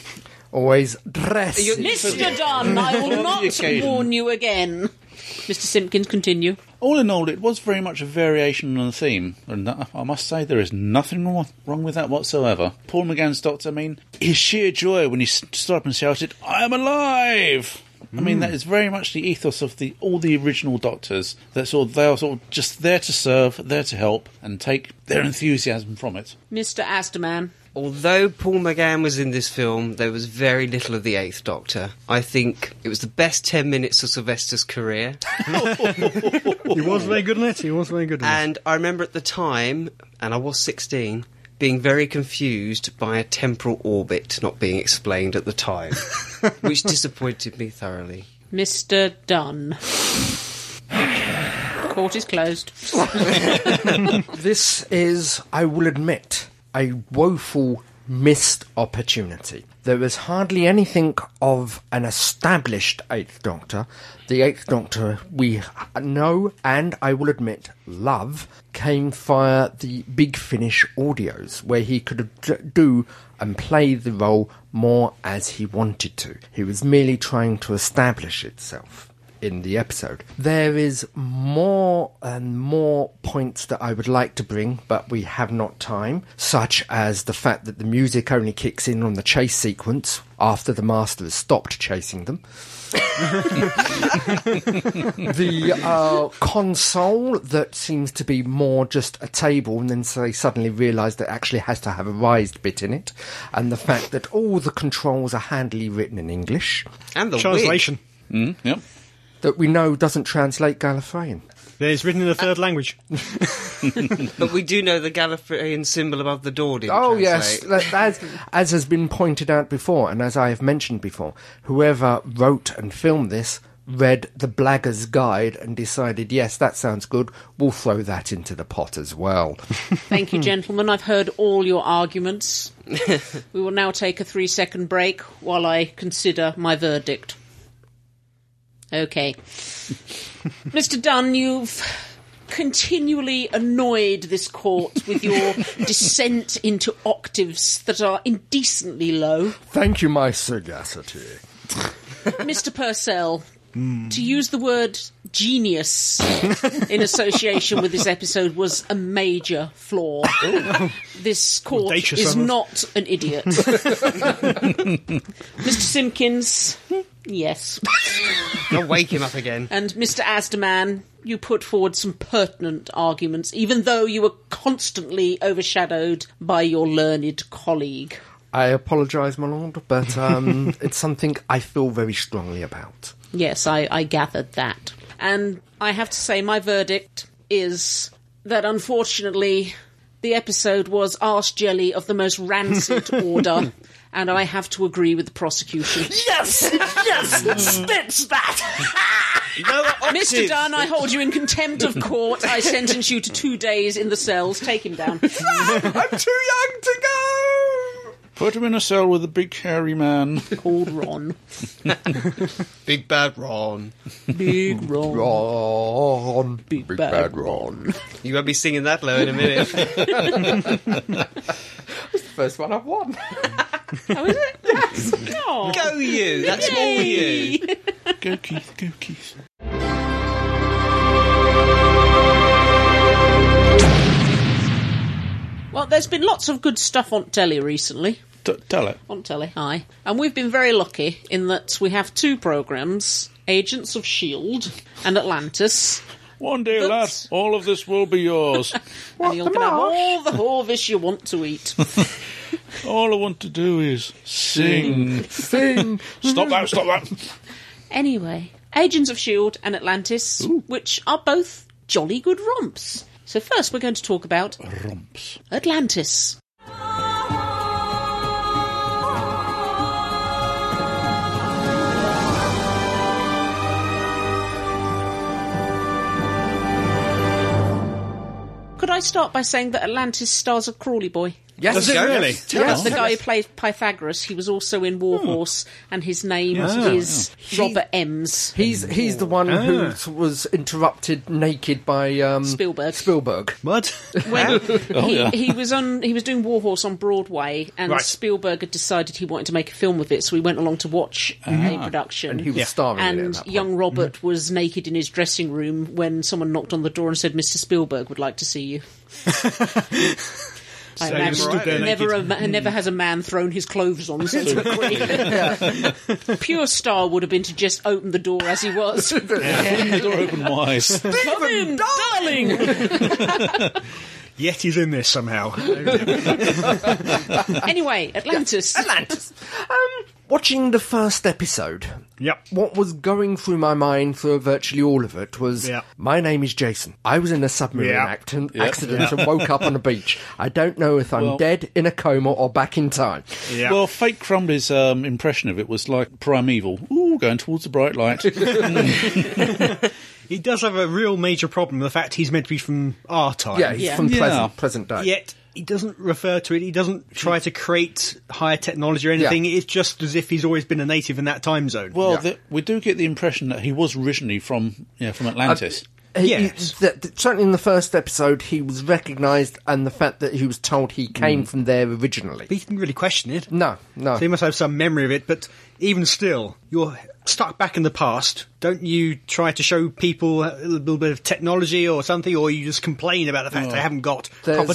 E: Always dress.
B: Mr. Dunn, I will not
A: occasion.
B: warn you again. Mr. Simpkins, continue.
A: all in all, it was very much a variation on the theme, and I I must say there is nothing wrong- wrong with that whatsoever. Paul McGann's Doctor, I mean, his sheer joy when he s- stood up and shouted, "I am alive!" I mean, that is very much the ethos of the all the original Doctors. That's all they are sort of just there to serve, there to help, and take their enthusiasm from it.
B: Mr. Asterman.
C: Although Paul McGann was in this film, there was very little of the Eighth Doctor. I think it was the best 10 minutes of Sylvester's career.
E: Hmm.
D: He was very good in it. He was very good in
C: And I remember at the time, and I was 16, being very confused by a temporal orbit not being explained at the
E: (laughs)
C: time, which disappointed me thoroughly.
B: Mr. Dunn. Court is closed.
E: This is, I will admit, a woeful missed opportunity. There was hardly anything of an established Eighth Doctor. The Eighth Doctor we know and, I will admit, love came via the Big Finish audios, where he could d- do and play the role more as he wanted to. He was merely trying to establish itself in the episode. There is more and more points that I would like to bring, but we have not time, such as the fact that the music only kicks in on the chase sequence after the master has stopped chasing them. (laughs) the uh, console that seems to be more just a table, and then so they suddenly realise that it actually has to have a raised bit in it, and the fact that all the controls are handily written in English
C: And the
D: it. Translation.
A: Mm, yep.
E: that we know doesn't translate Gallifreyan.
D: It's written in a third language.
C: wig. But we do know the Gallifreyan symbol above the door didn't
E: Oh yes,
C: translate.
E: that, as (laughs) as has been pointed out before, and as I have mentioned before, whoever wrote and filmed this read the Blagger's Guide and decided, yes, that sounds good. We'll throw that into the pot as well.
B: Thank you, gentlemen. I've heard all your arguments. we will now take a three second break while I consider my verdict. Okay. Mr. Dunn, you've continually annoyed this court with your descent into octaves that are indecently low.
E: (laughs) Thank you, my sagacity.
B: Mr. Purcell, to use the word
D: (laughs)
B: genius in association with this episode was a major flaw. this court
D: Audacious,
B: is
D: I must-
B: not an idiot.
D: (laughs)
B: Mr. Simpkins, yes.
C: I'll wake him up
E: (laughs)
C: again.
B: And Mr. Asderman, you put forward some pertinent arguments, even though you were constantly overshadowed by your learned colleague.
E: I apologise, my lord, but (laughs) um, it's something I feel very strongly about.
B: Yes, I, I gathered that. And I have to say, my verdict is that unfortunately, the episode was arse jelly of the most
E: (laughs)
B: rancid order, and I have to agree with the prosecution.
E: Yes, yes, spits that.
C: Lower
B: Mr.
C: octave.
B: Dunn, I hold you in contempt of court. I sentence you to two days in the cells. Take him
E: (laughs)
B: down.
E: (laughs) I'm too young to go.
A: Put him in a cell with a big hairy man. (laughs)
B: Called Ron.
C: Big bad Ron.
B: Big Ron.
E: Ron,
B: Big bad bad
E: Ron.
C: You won't be singing that low in a (laughs) minute.
E: First one I've (laughs) won.
B: Oh, is it? Yes. Oh.
C: Go you. That's all you.
A: go Keith, go Keith.
B: Well, there's been lots of good stuff on telly recently.
A: T- tell it.
B: on telly. Aye. And we've been very lucky in that we have two programmes Agents of S.H.I.E.L.D. E and Atlantis.
A: One day, lad,
B: That's-
A: all of this will be yours.
B: and you're going to have all the Horvish you want to eat.
A: All I want to do is sing.
E: Sing.
A: (laughs) stop that, stop that.
B: anyway, Agents of S.H.I.E.L.D. E and Atlantis, which are both jolly good romps. So, first, we're going to talk about
A: Romps.
B: Atlantis. Could I start by saying that Atlantis stars a Crawley boy?
E: Yes,
D: Does it really?
B: That's the guy who played Pythagoras. He was also in Warhorse, and his name is Robert Ems.
E: He's he's the one
D: Ah.
E: who was interrupted naked by um,
B: Spielberg.
E: Spielberg.
C: (laughs)
D: What?
B: When
A: Oh,
B: he,
A: yeah.
B: he was on, he was doing Warhorse on Broadway, and
D: Right.
B: Spielberg had decided he wanted to make a film of it, so he went along to watch a production.
E: And he was starring in it at
B: And
E: that point.
B: young Robert was naked in his dressing room when someone knocked on the door and said, "Mr. Spielberg would like to see you." I
D: So
B: imagine
D: you stood there
B: never, a,
D: naked.
B: ma- never has a man thrown his clothes on so quickly. (laughs) Pure star would have been to just open the door as he was.
A: the door open wide.
B: Come in, darling.
D: Yet he's in this somehow.
B: anyway, Atlantis.
E: Atlantis. um, watching the first episode,
D: Yep.
E: what was going through my mind for virtually all of it was
D: Yeah.
E: my name is Jason. I was in a submarine
D: Yeah.
E: act- accident and woke up on a beach. I don't know if I'm dead, in a coma, or back in time.
D: Yeah.
A: Well, Fake Crumbly's um, impression of it was like primeval. Ooh, going towards the bright light.
D: he does have a real major problem. The fact he's meant to be from our time.
E: Yeah, he's
B: Yeah.
E: from
A: Yeah.
E: present, present day.
D: Yet he doesn't refer to it. He doesn't try to create higher technology or anything. It's just as if he's always been a native in that time zone.
A: Well,
E: Yeah.
A: the, we do get the impression that he was originally from yeah, from Atlantis.
E: He-
D: Yes.
E: he- th- th- certainly in the first episode, he was recognised, and the fact that he was told he came
D: Mm.
E: from there originally.
D: but he didn't really question it.
E: No, no.
D: So you must have some memory of it, but even still, you're stuck back in the past. Don't you try to show people a little bit of technology or something, or you just complain about the fact they haven't got
E: There's-
D: proper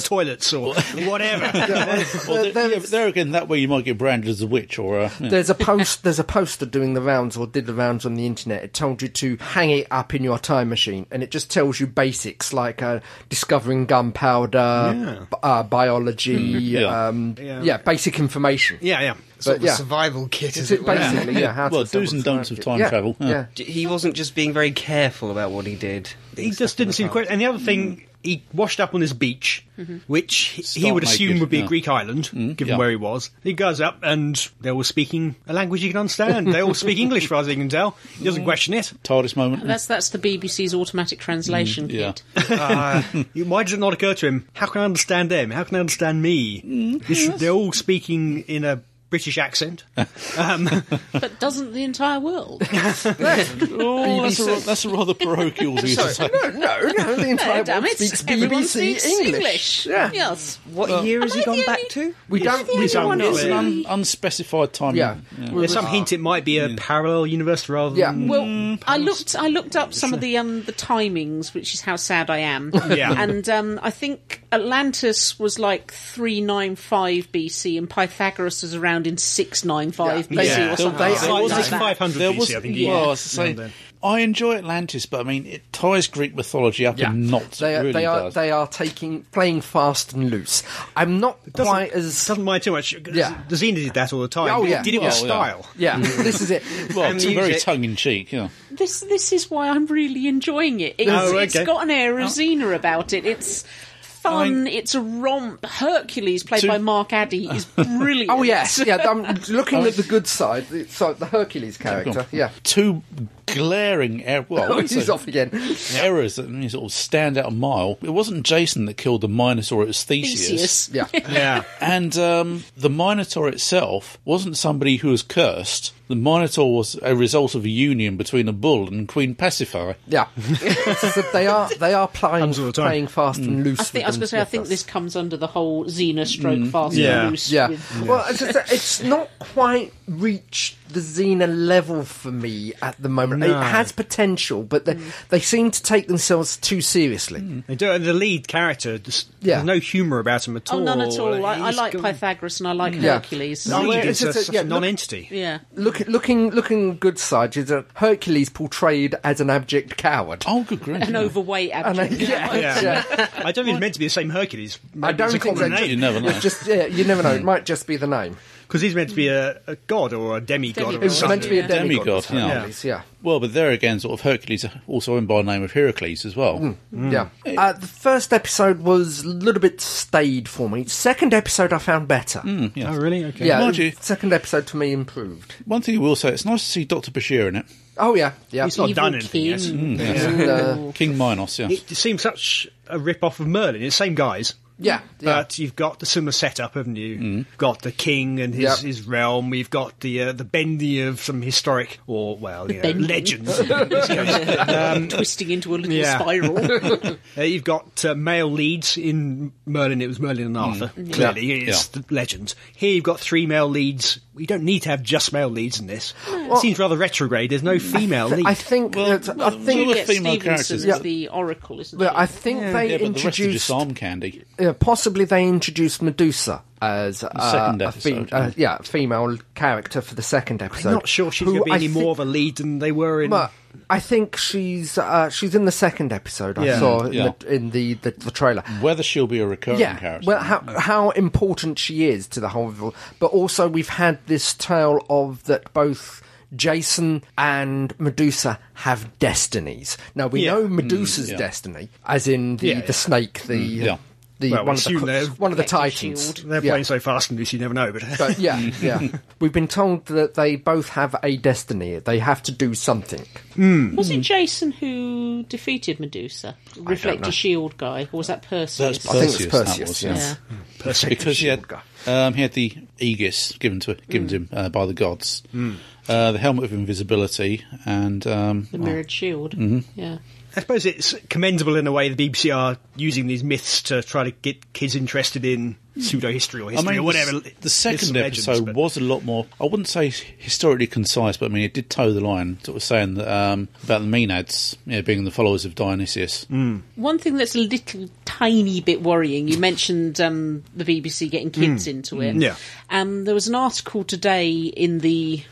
E: (laughs)
D: toilets or whatever?
A: (laughs) Well,
E: There-
A: there, yeah,
E: there's-
A: but there again, that way you might get branded as a witch or a. yeah.
E: There's a post. (laughs) There's a poster doing the rounds or did the rounds on the internet. It told you to hang it up in your time machine, and it just tells you basics like uh, discovering gunpowder, b- uh, biology,
A: Mm-hmm. Yeah.
E: Um,
D: Yeah.
E: yeah. basic information.
D: yeah, yeah.
C: Sort of
E: yeah.
C: survival kit,
E: It's
C: as
E: it
C: it were.
E: basically, yeah. How to
A: Well, do's and
E: survive.
A: don'ts of time
E: Yeah,
A: travel, huh?
E: Yeah.
C: He wasn't just being very careful about what he did.
D: He just didn't seem to question. And the other thing, he washed up on this beach,
E: Mm-hmm.
D: which he- he
A: Stark
D: would assume
A: naked,
D: would be a
A: yeah.
D: Greek island, given
A: yeah.
D: where he was. He goes up, and they're all speaking a language he can understand. they all speak English, as far as he can tell. He doesn't question it.
A: TARDIS moment.
B: That's that's the BBC's automatic translation
A: yeah.
B: kit.
D: You- Why does it not occur to him? How can I understand them? How can I understand me? This, they're all speaking in a British accent.
B: But doesn't the entire world?
A: Oh, that's a, ra- that's a rather
B: (laughs)
A: parochial view to say.
E: No, no, Oh, no. The entire
B: No,
E: world
B: damn it!
E: speaks
B: Everyone
E: BBC
B: speaks
E: English. Yeah.
B: Yes.
C: What year has
B: Am
C: he
B: I
C: gone
B: the
C: back
B: only-
C: to?
E: We don't. We
D: don't
E: don't.
D: know
A: It's
D: it.
A: an un- unspecified time.
E: Yeah.
D: There's some hint it might be a parallel universe rather
E: Yeah.
D: than.
B: Well, I looked. I looked up some of the um, the timings, which is how sad I am.
D: Yeah.
B: And um, I think Atlantis was like three nine five BC, and Pythagoras was around in six nine five BC
D: Yeah.
B: or something.
E: They-
B: like
E: I
D: Well,
E: was
B: that.
D: this is 500
A: There
D: BC,
A: was,
D: I think.
A: well, I
D: yeah.
A: was saying, I enjoy Atlantis, but I mean, it ties Greek mythology up in knots.
E: They
A: it
E: are,
A: really
E: they are
A: does.
E: they are taking playing fast and loose. I'm not quite as
D: Doesn't mind too much.
E: Yeah.
D: Yeah. Zena did that all the time.
E: Oh,
D: but
E: yeah.
D: Did it with
A: Well, yeah.
D: style. (laughs)
E: yeah. this is it.
A: well,
C: and
A: it's very
C: music.
A: tongue in cheek. Yeah.
B: This this is why I'm really enjoying it. It's,
D: Oh, okay.
B: it's got an air of Xena about it. It's fun.
A: I-
B: it's a romp. Hercules, played
A: To-
B: by Mark Addy, is brilliant.
E: Oh yes, (laughs) yeah. I'm
B: Oh,
E: looking at the good side. the- So the Hercules character,
D: Oh,
E: yeah.
A: Two glaring er-
E: (laughs)
A: well, I
E: Oh,
A: wouldn't
E: he's
A: say-
E: off
D: (laughs)
E: again.
A: errors that really sort of stand out a mile. It wasn't Jason that killed the Minotaur, it was Theseus.
B: Theseus.
E: Yeah,
D: Yeah.
A: And um, the Minotaur itself wasn't somebody who was cursed. The Minotaur was a result of a union between a bull and Queen Pacify.
E: yeah. so they are they are playing
D: Happens all the time. Mm.
E: playing fast and loose.
B: I think I was
E: with
B: going to say.
E: them
B: I think
E: with
B: this
E: us.
B: comes under the whole Xena stroke fast
D: Yeah.
B: and loose.
E: Yeah.
B: with-
E: Well, as I said, it's not quite reached the Xena level for me at the moment.
D: No.
E: It has potential, but
B: Mm.
E: they, they seem to take themselves too seriously.
D: They do, and the lead character, just,
E: Yeah.
D: there's no humour about him at
B: Oh,
D: all.
B: none at all. I, I
D: He's Oh,
B: like
D: got-
B: Pythagoras and I like
E: Yeah.
B: Hercules.
D: The lead
E: It's
D: is
E: just
D: just
E: a-
D: such
E: yeah,
D: a
E: look-
D: non-entity.
B: Yeah.
E: Look, looking looking good side is that Hercules portrayed as an abject coward.
A: Oh, good grief.
B: An
A: yeah.
B: overweight
E: (laughs) And I-
B: abject.
E: yeah,
D: Yeah.
E: yeah.
D: I don't think it's meant to be the same Hercules.
E: I don't
D: it's a
E: think
D: common
E: so.
A: You
D: name
A: never know.
E: It's just yeah, you never
D: Hmm.
E: know. It might just be the name.
D: because he's meant to be a, a god or a demigod.
B: Demigod.
E: It
D: Or
E: was meant to be a
B: Yeah.
E: demigod.
A: Demigod, yeah.
E: Hercules, yeah.
A: Well, but there again, sort of Hercules, also owned by the name of Heracles as well.
E: Hmm.
D: Hmm.
E: Yeah. Uh, the first episode was a little bit staid for me. Second episode I found better.
A: yeah.
D: Oh, really? Okay.
E: Yeah.
A: Hmm, Mind
E: the
A: you-
E: Second episode to me improved.
A: One thing I will say, it's nice to see Dr. Bashir in it.
E: Oh yeah. Yeah.
D: He's not
B: Evil
D: done anything yet.
B: king.
E: And, uh,
A: King Minos, yeah.
D: It seems such a rip-off of Merlin. It's the same guys.
E: Yeah, Mm. yeah.
D: But you've got the similar setup, haven't you? You've got the king and his,
E: Yep.
D: his realm. We've got the uh, the bendy of some historic or well, you know,
B: Bendy.
D: legends. (laughs)
B: twisting into a little
D: yeah.
B: spiral.
D: Uh, you've got uh, male leads in Merlin. It was Merlin and Arthur.
A: Mm.
D: Clearly, it's the legends. Here you've got three male leads. You don't need to have just male leads in this. it seems rather retrograde. There's no female lead.
E: I think that I think
A: Well,
B: Get
A: female
B: Stevenson
A: characters.
B: as
E: Yeah.
B: the oracle, isn't it?
E: that I think they
A: Yeah, but the rest are
E: introduced
A: just arm candy.
E: uh, possibly they introduced Medusa as uh,
A: second
E: a fe-
A: episode,
E: uh,
A: yeah.
E: yeah female character for the second episode.
D: I'm not sure she's
E: who
D: going to be
E: I
D: any
E: thi-
D: more of a lead than they were in.
E: But I think she's uh, she's in the second episode I
D: Yeah. Mm.
E: saw in,
A: Yeah.
E: the, in the, the the trailer.
A: Whether she'll be a recurring
E: yeah,
A: character.
E: well, how how important she is to the whole. But also, we've had this tale of that both Jason and Medusa have destinies. Now we
D: Yeah.
E: know Medusa's
A: yeah.
E: destiny, as in the,
D: Yeah,
E: the
D: yeah.
E: snake, the
A: Yeah.
E: the
D: Well, we
E: one, of
D: assume
E: the,
D: they're-
E: one of the
B: Protective
E: titans.
B: shield.
D: They're
E: Yeah.
D: playing so fast and loose, you never know. But, (laughs)
E: But yeah, yeah, we've been told that they both have a destiny. They have to do something.
B: Was
A: Hmm.
B: it Jason who defeated Medusa? Reflector shield guy, or was that Perseus?
A: That's
E: I think it's
A: Perseus, that
E: Perseus.
A: was,
E: yes.
B: yeah.
A: because he had, um, he had the aegis given to given
E: Hmm.
A: to him uh, by the gods, uh, the helmet of invisibility, and um,
B: The mirrored shield.
A: Mm-hmm.
B: Yeah.
D: I suppose it's commendable in a way the BBC are using these myths to try to get kids interested in
E: Hmm.
D: pseudo history or
A: I
D: history
A: mean,
D: or whatever.
A: The, the second
D: Myths and legends,
A: episode
D: but-
A: was a lot more. I wouldn't say historically concise, but I mean, it did toe the line. Sort of saying that um, about the Menads you know, being the followers of Dionysius.
D: Mm.
B: One thing that's a little tiny bit worrying, you mentioned um, the BBC getting kids into it.
D: Hmm. Yeah.
B: Um, there was an article today in the.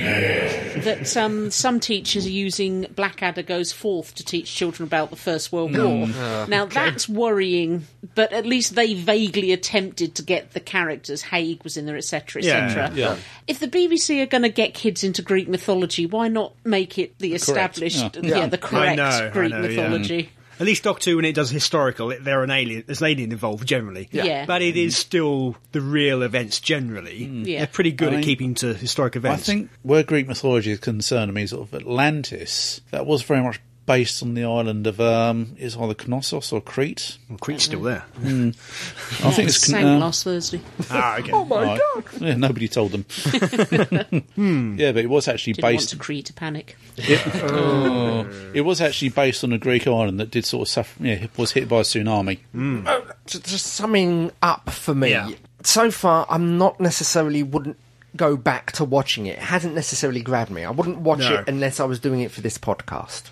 B: that um, some teachers are using Blackadder Goes Forth to teach children about the First World
D: Hmm.
B: War.
D: Ah,
B: now, that's worrying, but at least they vaguely attempted to get the characters. Haig was in there, etc.,
D: Yeah,
B: etc.
A: yeah.
B: If the BBC are going to get kids into Greek mythology, why not make it the established, yeah. the correct
D: know, I
B: Greek
D: know, yeah.
B: mythology?
D: At least Doctor Who, when it does historical, it- they're an alien. There's an alien involved generally,
B: Yeah. Yeah. Mm.
D: But it is still the real events generally.
B: Yeah.
D: They're pretty good
A: I
D: at
A: mean,
D: keeping to historic
A: I
D: events.
A: think where Greek mythology is concerned, I mean, sort of Atlantis. That was very much based on the island of um, is either Knossos or Crete.
D: well, Crete's still there.
A: I think it's
B: sang
A: um,
B: last Thursday.
D: ah, okay.
A: (laughs) right. Yeah, nobody told them.
D: Hmm.
A: Yeah, but it was actually
B: Didn't want
A: based
B: to create a panic.
A: It was actually based on a Greek island that did sort of suffer, yeah, was hit by a tsunami.
D: Hmm.
E: just, just summing up for me.
D: Yeah.
E: So far, I'm not necessarily wouldn't go back to watching it. It hasn't necessarily grabbed me. I wouldn't watch
D: No.
E: it unless I was doing it for this podcast.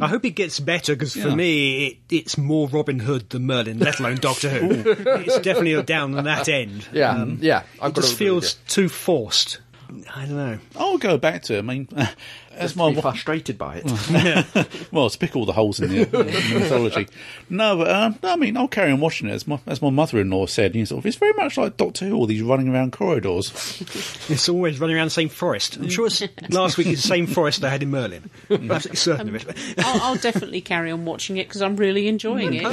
D: I hope it gets better because for me, it, it's more Robin Hood than Merlin, let alone Doctor Who. (laughs) it's definitely down on that end.
E: Yeah, yeah. I've got
D: It
E: to
D: just
E: agree with
D: feels too forced. I don't know.
A: I'll go back to it. I mean, (laughs) as
E: you.
A: my
E: (laughs) Be
A: wa-
E: frustrated by it.
A: well, to pick all the holes in the in the mythology. No, but um, I mean, I'll carry on watching it. As my as my mother-in-law said, you know, sort of, it's very much like Doctor Who, all these running around corridors.
D: It's always running around the same forest.
B: (laughs)
D: I'm sure it's last week it's the same forest they had in Merlin. I'm absolutely certain of
B: Um,
D: (laughs) it.
B: I'll, I'll definitely carry on watching it because I'm really enjoying it.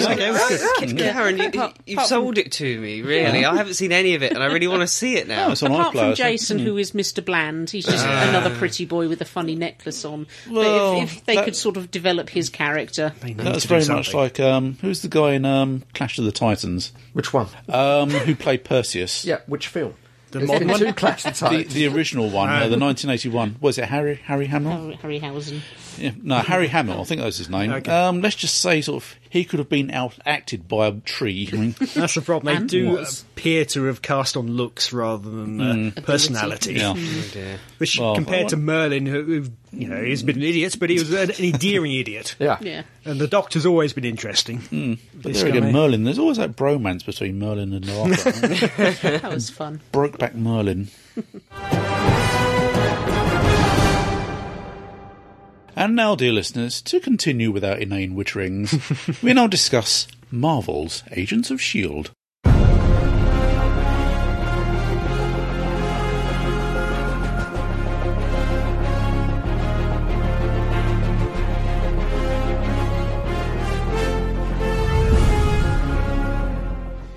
C: Karen, you, you, you've sold it to me, really. I haven't seen any of it, and I really want to see it now.
A: Oh, it's on
B: Apart
A: iPlayer,
B: from
A: isn't it?
B: Jason, who is Mr. Bland, he's just another pretty boy with a funny necklace on.
A: Well,
B: but if, if they
A: that-
B: could sort of develop his character,
A: That's very much like um, who's the guy in um, Clash of the Titans
E: Which one?
A: um, who played Perseus?
E: Yeah, which film? The
D: modern
E: been two Clash of
A: The,
E: Titans.
A: the original one, uh,
D: Um,
A: the 1981. Was it Harry Harry Hamill?
B: Harry Harryhausen.
A: Yeah, no, Harry Hamill, I think that was his name. Um, let's just say, sort of, he could have been out acted by a tree. (laughs) I mean,
D: That's the problem. They
B: And
D: do
B: was.
D: appear to have cast on looks rather than uh, personality.
A: Mm.
B: (laughs)
A: yeah.
D: Which,
A: Well,
D: compared to Merlin, who, who you know, he's been an idiot, but he was an endearing idiot.
E: Yeah.
B: Yeah.
D: And the Doctor's always been interesting.
E: (laughs)
A: But
D: This
A: there
D: guy.
A: again, Merlin. There's always that bromance between Merlin and Arthur.
B: That was fun.
A: Brokeback Merlin. and now, dear listeners, to continue with our inane witterings,
E: (laughs)
A: we now discuss Marvel's Agents of S.H.I.E.L.D.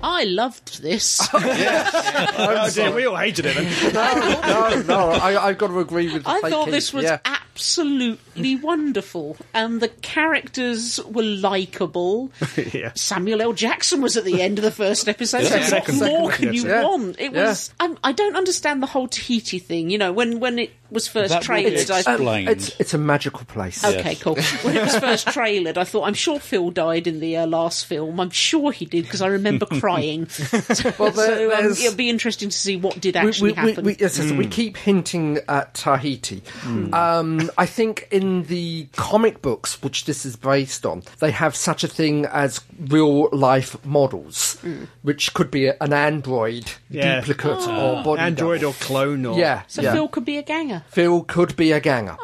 B: I loved this.
D: Oh, dear, we all hated it.
E: no, no, no. I, I've got to agree with. The
B: I
E: fake
B: thought
E: heat.
B: this was
E: Yeah.
B: absolutely (laughs) wonderful, and the characters were
E: (laughs)
B: likable.
D: Yeah.
B: Samuel L. Jackson was at the end of the first episode. so what
D: Second-
B: more
D: second
B: can you
E: episode.
B: want? It
E: Yeah.
B: was. I'm, I don't understand the whole Tahiti thing. You know, when when it was first
A: That will be
B: trailered, I
A: explained. Blind.
E: Um, it's it's a magical place.
B: Okay, cool. When it was
A: (laughs)
B: first trailered, I thought, I'm sure Phil died in the uh, last film. I'm sure he did because I
E: (laughs)
B: remember crying.
E: Well,
B: (laughs) so
E: there-
B: um,
E: there's-
B: it'll be interesting to see what did
E: we-
B: actually
E: we, we,
B: happen.
E: we, yes, yes,
D: Mm.
E: we keep hinting at Tahiti. Um, I think in the comic books, which this is based on, they have such a thing as real life models,
B: Mm.
E: which could be a- an android
D: Yeah.
E: duplicate or body
D: Android
E: double.
D: or clone or
E: yeah,
B: Oh. so
E: yeah.
B: Phil could be a ganger.
E: Phil could be a ganger.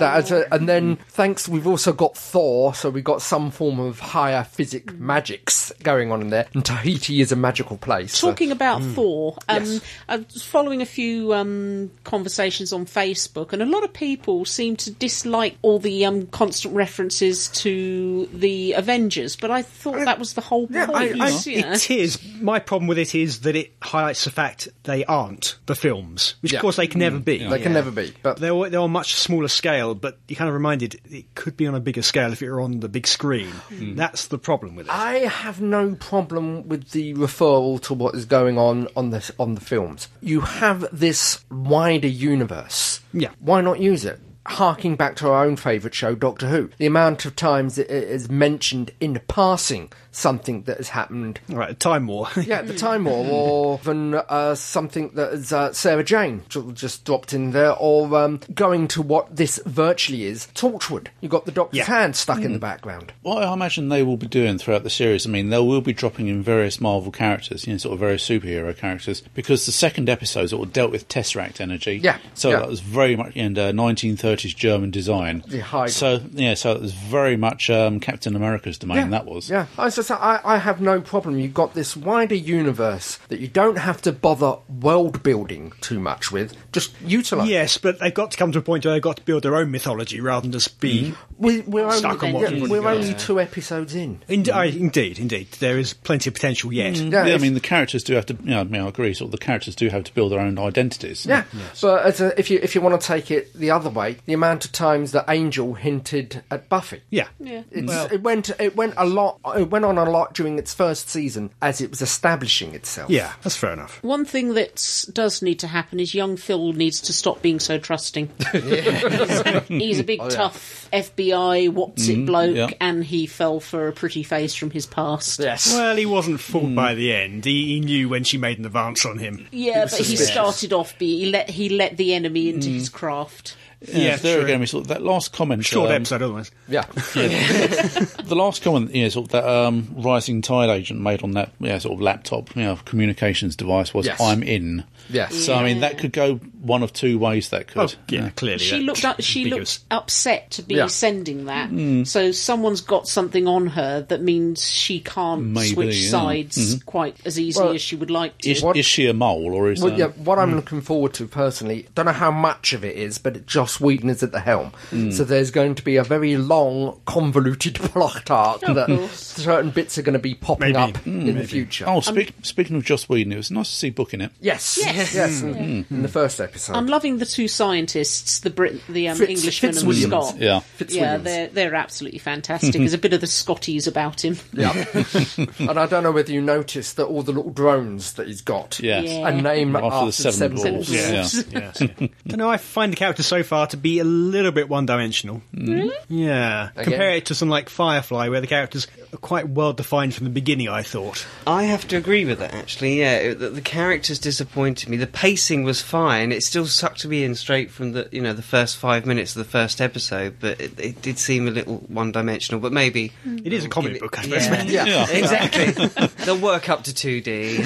E: That is a, and then thanks, we've also got Thor, so we've got some form of higher physic
B: Mm.
E: magics going on in there. And Tahiti is a magical place. so-
B: Talking about
D: Mm.
B: Thor, um, I was following a few um, conversations on Facebook, and a lot of people seem to dislike all the um, constant references to the Avengers. But I thought that was the whole point.
D: Yeah, I, I,
B: you know.
D: it is. My problem with it is that it highlights the fact they aren't the films, which
E: Yeah.
D: of course they can never
A: Mm.
D: be.
E: they can never be. But
D: They're, on- they're on much smaller scale, but you're kind of reminded it could be on a bigger scale if it were on the big screen.
A: Mm.
D: That's the problem with it.
E: I have no problem with the referral to what is going on on this on the films. You have this wider universe.
D: Yeah.
E: Why not use it? Harking back to our own favourite show, Doctor Who, the amount of times it it is mentioned in passing something that has happened.
D: right, Time War. (laughs)
E: Yeah, at the Time War, or even uh, something that is uh, Sarah Jane ju- just dropped in there, or um, going to what this virtually is, Torchwood. You've got the Doctor's
D: Yeah. Mm.
E: hand stuck in the background.
A: What I imagine they will be doing throughout the series, I mean, they will be dropping in various Marvel characters, you know, sort of various superhero characters, because the second episode sort of dealt with Tesseract energy.
E: Yeah,
A: So
E: yeah.
A: that was very much in uh, 1930s German design.
E: The high-
A: So, yeah, so it was very much um, Captain America's domain,
E: Yeah,
A: that was.
E: Yeah, I was just, I, I have no problem. You've got this wider universe that you don't have to bother world building too much with. Just utilise.
D: yes, but they've got to come to a point where they've got to build their own mythology rather than just be.
E: we, we're only,
D: Stuck
E: yeah,
D: on what you've
E: we're
D: got.
E: only two episodes in.
D: Ind- I, indeed, indeed. There is plenty of potential yet.
E: Yeah,
A: Yeah, I
E: it's-
A: mean, the characters do have to, you know, I mean, I agree, sort of the characters do have to build their own identities.
E: Yeah, but as a, if you if you want to take it the other way, the amount of times that Angel hinted at Buffy.
D: Yeah.
B: Yeah.
E: It's, it went. It went a lot. It went on a lot during its first season as it was establishing itself.
D: Yeah, that's fair enough.
B: One thing that does need to happen is young Phil needs to stop being so
D: (laughs)
B: trusting. He's a big,
D: Oh,
B: tough FBI, what's
D: Mm,
B: it bloke,
A: yeah.
B: and he fell for a pretty face from his past.
E: Yes.
D: Well, he wasn't fooled by the end. He, he knew when she made an advance on him.
B: Yeah,
D: was
B: but he
D: suspicious.
B: started off. Be, he let he let the enemy into his craft.
A: Yeah,
D: Yeah,
A: so there
D: true.
A: again, we sort of, that last comment.
D: Short
A: um, (laughs)
D: episode, otherwise.
E: yeah.
A: The last comment, yeah, sort of that um, rising tide agent made on that, yeah, sort of laptop, you know, communications device was,
E: Yes.
A: "I'm in."
E: Yes.
A: So I mean, that could go one of two ways. That could.
D: Oh, yeah, clearly.
B: She
D: that-
B: looked up, she looked
D: ambiguous.
B: upset to be
E: Yeah.
B: sending that. So someone's got something on her that means she can't
A: Maybe,
B: switch
A: yeah.
B: sides quite as easily
E: Well,
B: as she would like to.
A: Is,
E: What-
A: is she a mole or is?
E: Well,
A: um,
E: yeah, what I'm looking forward to personally, don't know how much of it is, but Joss Whedon is at the helm. So there's going to be a very long, convoluted (laughs) plot arc that
B: course.
E: certain bits are going to be popping
D: Maybe.
E: up
D: Mm,
E: in the future.
A: Oh, speak, speaking of Joss Whedon, it was nice to see Book in it.
E: Yes, yes, in, in the first episode.
B: I'm loving the two scientists, the Brit, the um,
E: Fitz-
B: Englishman and
E: Fitzwilliams.
B: Scott.
A: Yeah.
B: yeah,
E: Fitzwilliams.
B: they're they're absolutely fantastic. There's a bit of the Scotties about him.
E: Yeah. (laughs) and I don't know whether you noticed that all the little drones that he's got
A: Yes.
B: Yeah.
E: are named
A: After
E: Mm, after,
A: the Seven
E: seven
A: Dwarfs.
E: dwarfs.
A: Yeah.
B: (laughs)
E: (laughs)
D: Yeah. (laughs) don't know. I find the character so far to be a little bit one-dimensional. Really? Yeah. Compare it to something like Firefly, where the characters are quite well defined from the beginning. I thought.
C: I have to agree with that, actually. Yeah, it- the, the characters disappointed me. The pacing was fine. It still sucked me in straight from the you know the first five minutes of the first episode, but it, it did seem a little one-dimensional. But maybe
D: It is a comic book, I suppose.
C: yeah, (laughs)
E: Yeah.
D: (laughs)
C: exactly. They'll work up to two D.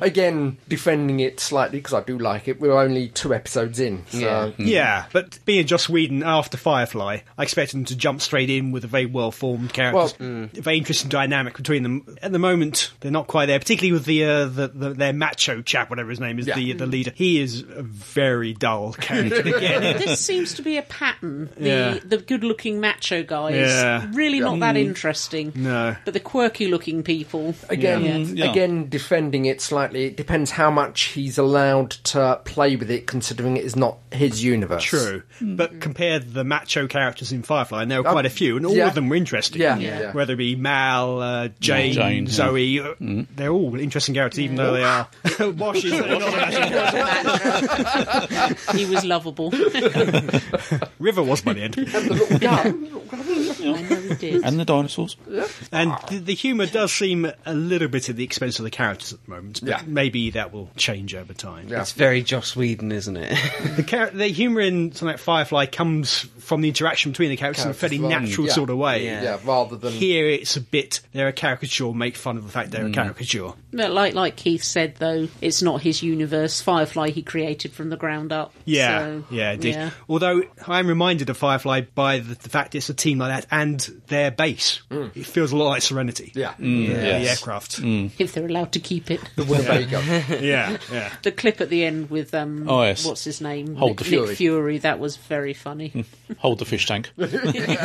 E: Again, defending it slightly because I do like it. We're only two episodes in. So.
C: Yeah.
D: Yeah, but being Joss Whedon after Firefly, I expect him to jump straight in with a very well-formed characters.
E: mm.
D: Very interesting dynamic between them. At the moment, they're not quite there, particularly with the, uh, the, the their macho chap, whatever his name is, the the leader. He is a very
E: (laughs)
D: dull character. again.
B: This seems to be a pattern. The
D: Yeah.
B: the good looking macho guys
D: Yeah. Mm.
B: really not that interesting.
D: No.
B: But the quirky looking people
E: Again,
A: yeah.
E: again, defending it slightly. It depends how much he's allowed to play with it, considering it is not his universe. (laughs)
D: True,
A: Mm-hmm.
D: but compare the macho characters in Firefly, and there were quite a few, and all
E: yeah.
D: of them were interesting.
E: Yeah, Yeah. yeah.
D: whether it be Mal, uh, Jane,
A: Jane, yeah. Mm.
D: Zoe, uh, they're all interesting characters, even though they
A: (laughs)
D: are washes. they're not macho.
B: he was lovable.
D: River was by the end.
B: I know he did.
A: And the dinosaurs.
D: And the, the humour does seem a little bit at the expense of the characters at the moment, but
E: Yeah.
D: maybe that will change over time.
E: Yeah.
C: It's very Joss Whedon, isn't it? (laughs)
D: The, char- the humour in something like Firefly comes from the interaction between the characters,
E: Characters
D: in a fairly
E: rather than-
D: natural
E: Yeah.
D: sort of way.
C: Yeah.
E: Yeah, rather than
D: Here it's a bit, they're a caricature, make fun of the fact
E: Mm.
D: they're a caricature.
B: But like like Keith said though, it's not his universe. Firefly he created from the ground up.
D: Yeah,
B: So,
D: yeah, indeed. Although I am reminded of Firefly by the, the fact it's a team like that and their base. It feels a lot like Serenity.
E: Mm. yeah. Mm.
D: Yeah,
A: yes.
D: The aircraft.
B: If they're allowed to keep it.
A: (laughs)
E: There you go.
D: (laughs) Yeah, yeah. (laughs)
B: The clip at the end with um
A: Oh, yes.
B: what's his name?
A: Hold
B: Nick,
A: the
B: Nick
E: Fury.
B: Fury, that was very funny.
A: Hold the fish tank.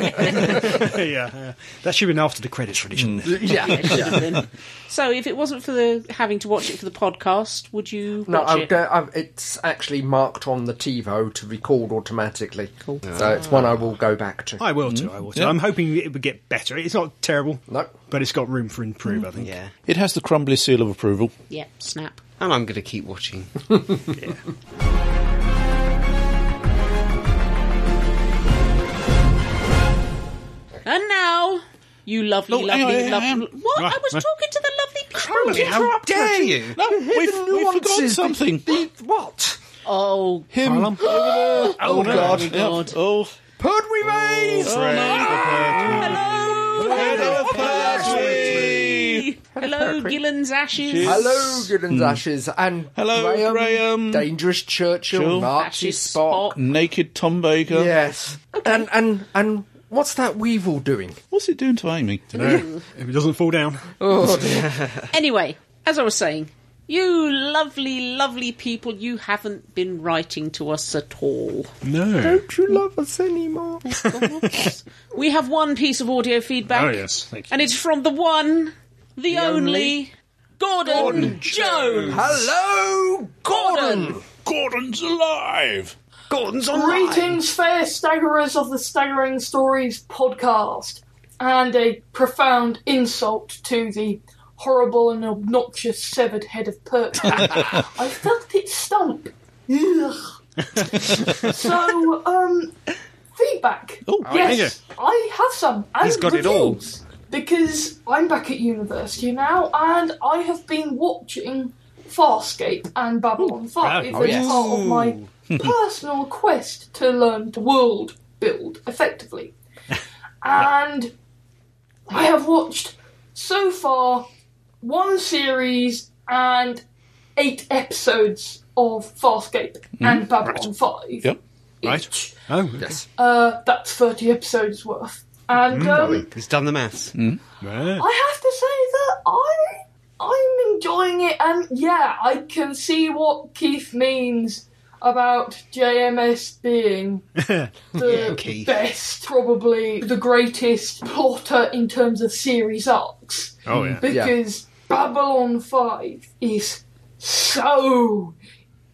D: yeah, yeah. That should have been after the credits really, shouldn't it?
E: Yeah,
B: Yeah, it should have been. So if it wasn't for the having to watch it for the podcast, would you
E: No,
B: watch
E: I,
B: it?
E: don't- I, it's actually marked on the TiVo to record automatically. Cool. So it's one I will go back to.
D: I will too, I will too. I'm hoping it would get better. It's not terrible.
E: No.
D: But it's got room for improve, I think.
C: yeah.
A: It has the crumbly seal of approval.
B: Yeah, snap.
C: And I'm going to keep
D: (laughs)
C: watching.
B: And now, you lovely,
A: No, hang on,
B: lovely,
A: hang
B: lovely.
A: on.
B: What? I was talking to the lovely people.
C: Crowley, how dare you?
A: No, we've, we've forgotten
E: nuances, the-
A: something.
E: the- what?
B: Oh,
A: Him. Oh,
E: God.
A: Yeah.
B: God.
A: Oh,
E: Pud we raise?
B: hello, hello,
E: Patrick.
B: Gillen's ashes.
E: Hello, Gooden's Ashes, and
A: Hmm. Hello,
E: Graham,
A: Graham.
E: Dangerous Churchill,
A: Churchill.
E: Nazi
B: Ashes,
E: Spock.
B: Spock.
A: Naked Tom Baker.
E: Yes, and and and what's that weevil doing?
A: What's it doing to Amy?
D: If it doesn't fall down.
B: Anyway, as I was saying, you lovely, lovely people, you haven't been writing to us at all.
D: No.
E: Don't you love us anymore?
B: we have one piece of audio feedback.
D: Oh, yes. Thank you.
B: And it's from the one, the, only, Gordon, Jones.
E: Hello, Gordon.
A: Gordon's alive.
D: Gordon's
I: Greetings, fair staggerers of the Staggering Stories podcast, and a profound insult to the horrible and obnoxious severed head of Perk. I felt it stump. Ugh. (laughs) so, um, feedback.
A: Oh,
I: yes, I have some. And
C: He's got it all.
I: reviews, Because I'm back at university now, and I have been watching Farscape and Babylon 5
C: Oh,
D: bravo.
I: as
E: Yes.
I: part of my
C: (laughs)
I: personal quest to learn to world build
C: (laughs)
I: effectively. And I have watched so far one series and eight episodes of Farscape and Babylon 5.
A: Yep.
D: Right. Oh, yes.
I: Uh, that's 30 episodes worth. And um,
C: He's done the maths.
I: I have to say that I I'm enjoying it, and yeah, I can see what Keith means about JMS being the
C: Keith.
I: best, probably the greatest plotter in terms of series arcs
D: Oh, (laughs) yeah.
I: because Babylon 5 is so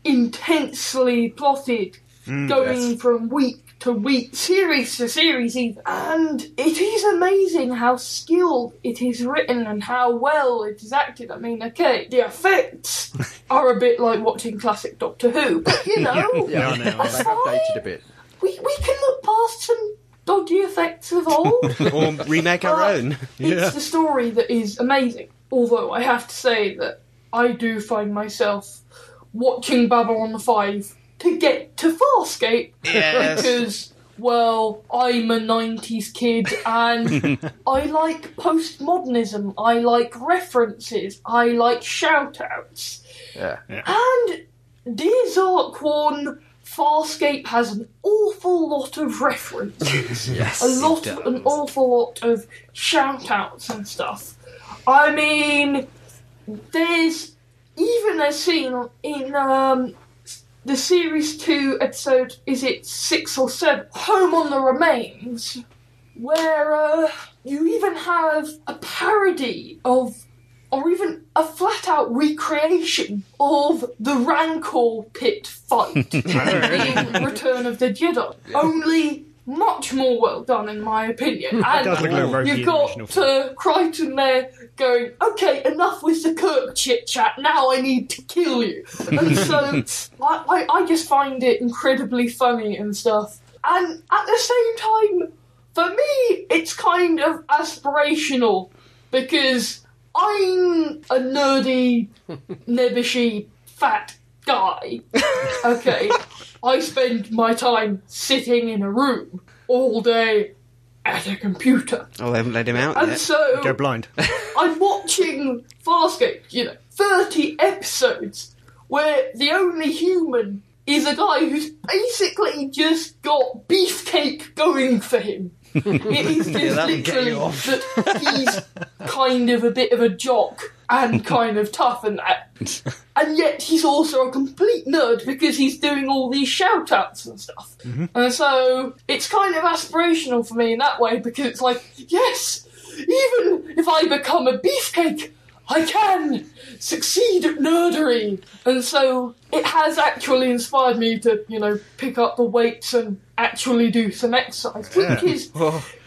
I: intensely plotted, going from week to week, series to series, even. And it is amazing how skilled it is written and how well it is acted. I mean, okay, the effects are a bit like watching classic Doctor Who, but you know,
E: Yeah,
D: no,
E: they have dated a bit.
I: we, we can look past some dodgy effects of old.
C: Or remake our
I: But
C: own.
D: Yeah.
I: It's the story that is amazing. Although I have to say that I do find myself watching Babylon 5 to get to Farscape
C: Yes.
I: because, well, I'm a 90s kid and I like postmodernism, I like references, I like shout outs.
E: Yeah.
I: And Dear Zarkworn Farscape has an awful lot of references.
C: Yes,
I: a
C: it
I: lot,
C: does.
I: an awful lot of shout outs and stuff. I mean, there's even a scene in um, the series two episode, is it six or seven? Home on the Remains, where uh, you even have a parody of, or even a flat out recreation of the Rancor
D: (laughs)
I: pit fight in Return of the Jedi. Only much more well done, in
D: (laughs)
I: my opinion. And
D: does look like Rogue
I: you've
D: the
I: got
D: original
I: uh, Crichton there going, okay, enough with the Kirk chit chat, now I need to
D: (laughs)
I: kill you. And so I, I, I just find it incredibly funny and stuff. And at the same time, for me, it's kind of aspirational because I'm a nerdy, nebbishy, fat guy. Okay, I spend my time sitting in a room all day at a computer,
C: Oh, they haven't let him out
I: and
C: yet.
I: so
D: (laughs) Go blind.
I: I'm watching Farscape, you know, 30 episodes where the only human is a guy who's basically just got beefcake going for him. it
C: (laughs)
I: is just
C: that'll get
I: literally
C: you off.
I: that he's kind of a bit of a jock and kind of tough and that.
C: (laughs)
I: And yet he's also a complete nerd because he's doing all these shout outs and stuff. And so it's kind of aspirational for me in that way because it's like, yes, even if I become a beefcake, I can succeed at nerdery. And so it has actually inspired me to, you know, pick up the weights and actually do some exercise, which is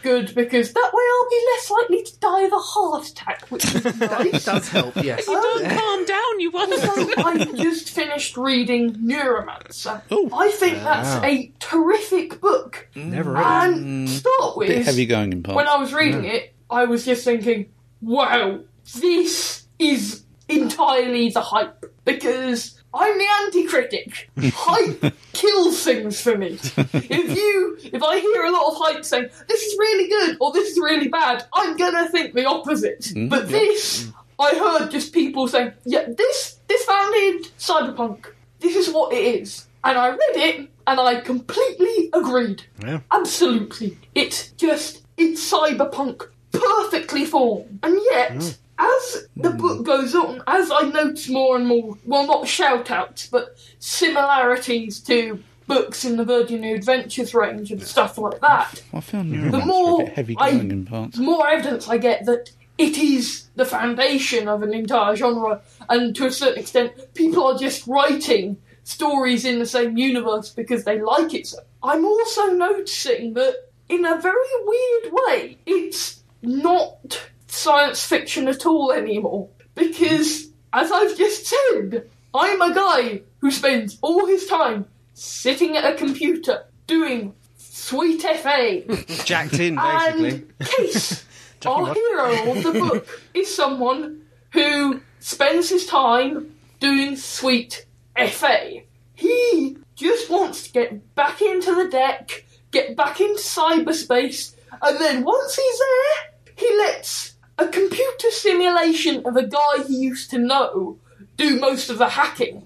I: good because that way I'll be less likely to die of a heart attack, which is nice.
E: does help, yes.
I: (laughs)
B: You don't calm down, (laughs) you
I: Also,
B: won't.
I: I just finished reading Neuromancer.
D: Oh.
I: I think that's a terrific book.
D: Never read it.
I: And to start with,
A: Bit heavy going in
I: when
A: parts.
I: I was reading it, I was just thinking, wow, this is entirely the hype. Because I'm the anti critic. hype kills things for me. If you if I hear a lot of hype saying, This is really good or this is really bad, I'm gonna think the opposite. but this I heard just people saying, Yeah, this this founded Cyberpunk. This is what it is. And I read it and I completely agreed.
D: Yeah.
I: Absolutely. It's just, it's cyberpunk perfectly formed. And yet, as the book goes on, as I notice more and more, well, not shout outs, but similarities to books in the Virgin New Adventures range and stuff like that,
A: I found Neuromancer
I: the more
A: a bit heavy
I: I-
A: going in parts.
I: the more evidence I get that it is the foundation of an entire genre, and to a certain extent, people are just writing stories in the same universe because they like it. So I'm also noticing that in a very weird way, it's not science fiction at all anymore because, as I've just said, I'm a guy who spends all his time sitting at a computer doing sweet FA
C: Jacked in, basically.
I: and Um, Case, our hero of the book, is someone who spends his time doing sweet FA. He just wants to get back into the deck, get back into cyberspace, and then once he's there, he lets a computer simulation of a guy he used to know do most of the hacking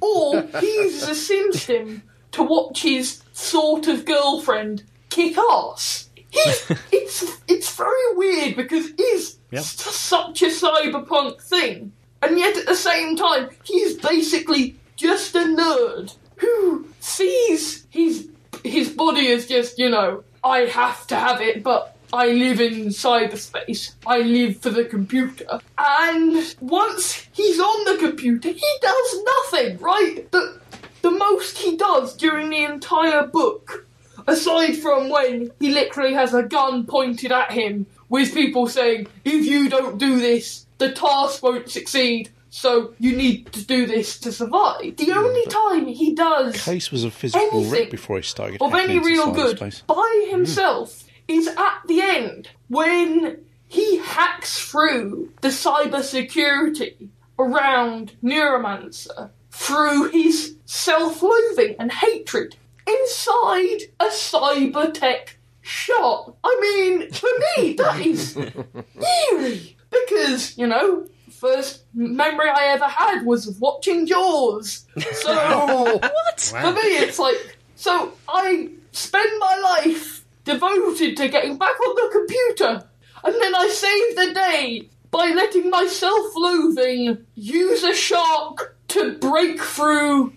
I: or he uses a sim sim to watch his sort of girlfriend kick ass. He's, it's it's very weird because it is s- such a cyberpunk thing, and yet at the same time he's basically just a nerd who sees his his body as just you know I have to have it, but I live in cyberspace. I live for the computer. And once he's on the computer, he does nothing, right? The, the most he does during the entire book, aside from when he literally has a gun pointed at him with people saying, if you don't do this, the task won't succeed. So you need to do this to survive. The only time he does
A: Case was a physical wreck
I: anything
A: before he started
I: of
A: hacking
I: any
A: into
I: real good
A: cyberspace.
I: by himself is at the end when he hacks through the cybersecurity around Neuromancer through his self-loathing and hatred inside a cybertech shop. I mean, for me, that is eerie because you know first memory I ever had was of watching Jaws. So for me, it's like so I spend my life devoted to getting back on the computer, and then I save the day by letting my self-loathing use a shark to break through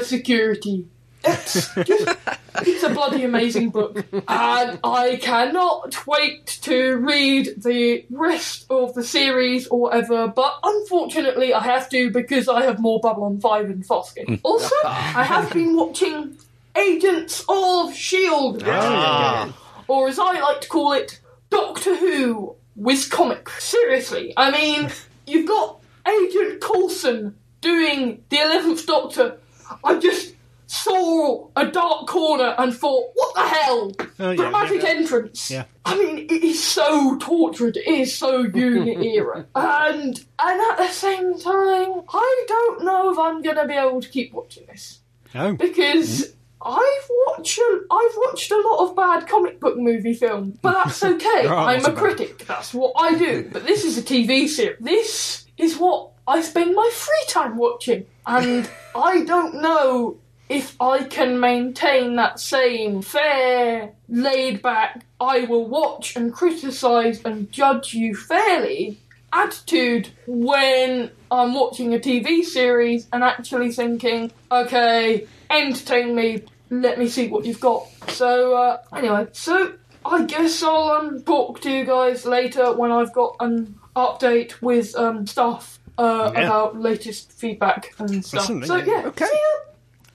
I: cybersecurity. It's just, it's a bloody amazing book, and I cannot wait to read the rest of the series or ever. But unfortunately, I have to because I have more Babylon Five and Foskin. Also, I have been watching Agents of
D: Oh,
I: Shield, E or as I like to call it, Doctor Who with comic. Seriously, I mean, (laughs) you've got Agent Coulson doing the Eleventh Doctor. I just saw a dark corner and thought, what the hell?
D: Oh, yeah,
I: Dramatic
D: yeah.
I: entrance.
D: Yeah.
I: I mean, it is so tortured. It is so
D: (laughs)
I: unit era, and and at the same time, I don't know if I'm going to be able to keep watching this
D: No.
I: because I've watched a, I've watched a lot of bad comic book movie film, but (laughs) that's okay.
D: are
I: I'm
D: lots
I: a
D: of bad.
I: critic. That's what I do. But this is a TV series. This is what I spend my free time watching, (laughs) and I don't know if I can maintain that same fair, laid back, I will watch and criticise and judge you fairly attitude when I'm watching a TV series and actually thinking, okay, entertain me, let me see what you've got. So, uh, anyway, so I guess I'll um, talk to you guys later when I've got an update with um, stuff uh,
D: Yeah.
I: about latest feedback and stuff.
D: Fascinating.
I: So, yeah,
E: Okay.
I: see ya.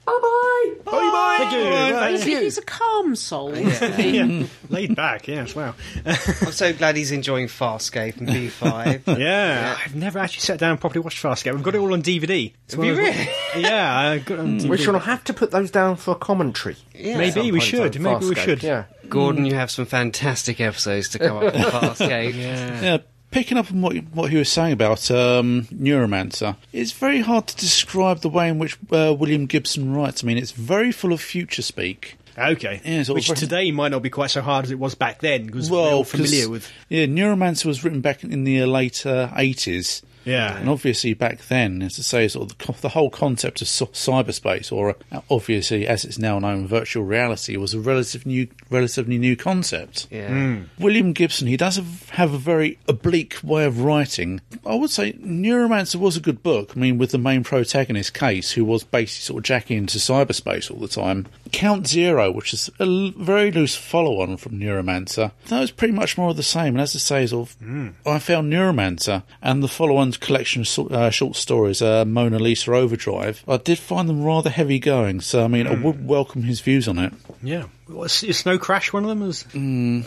I: Bye bye.
D: Thank you. Thank
B: He's, he's a calm soul. isn't
D: (laughs)
B: he?
D: you. Laid back, yes, wow.
C: I'm so glad he's enjoying Farscape and
D: (laughs)
C: B5.
D: Yeah, I've never actually sat down and properly watched Farscape. We've got it all on DVD. It's
C: you Hmm.
D: one of those- Yeah, I got it on DVD.
E: We shall have to put those down for commentary.
C: Yeah.
D: Maybe we should. Maybe we
E: Farscape,
D: should.
E: Yeah.
C: Gordon, you have some fantastic episodes to
D: (laughs)
C: come up on Farscape.
A: Yeah, picking up on what what he was saying about um, Neuromancer, it's very hard to describe the way in which uh, William Gibson writes. I mean, it's very full of future speak.
D: Okay.
A: Yeah, it's all
D: Which
A: very-
D: today might not be quite so hard as it was back then because we're
A: Well,
D: all
A: 'cause-
D: familiar with.
A: yeah, Neuromancer was written back in the later eighties.
D: Yeah.
A: and obviously back then, as I say, sort of the, co- the whole concept of cy- cyberspace, or uh, obviously as it's now known, virtual reality, was a relative new, relatively new concept.
C: Yeah.
A: William Gibson, he does have- have a very oblique way of writing. I would say Neuromancer was a good book. I mean, with the main protagonist, Case, who was basically sort of jacking into cyberspace all the time. Count Zero, which is a l- very loose follow on from Neuromancer, that was pretty much more of the same. And as I say, sort of, I found Neuromancer and the follow on collection of sor- uh, short stories, uh, Mona Lisa Overdrive, I did find them rather heavy going. So, I mean, I would welcome his views on it.
D: Yeah. Well, is, is Snow Crash one of them? Is,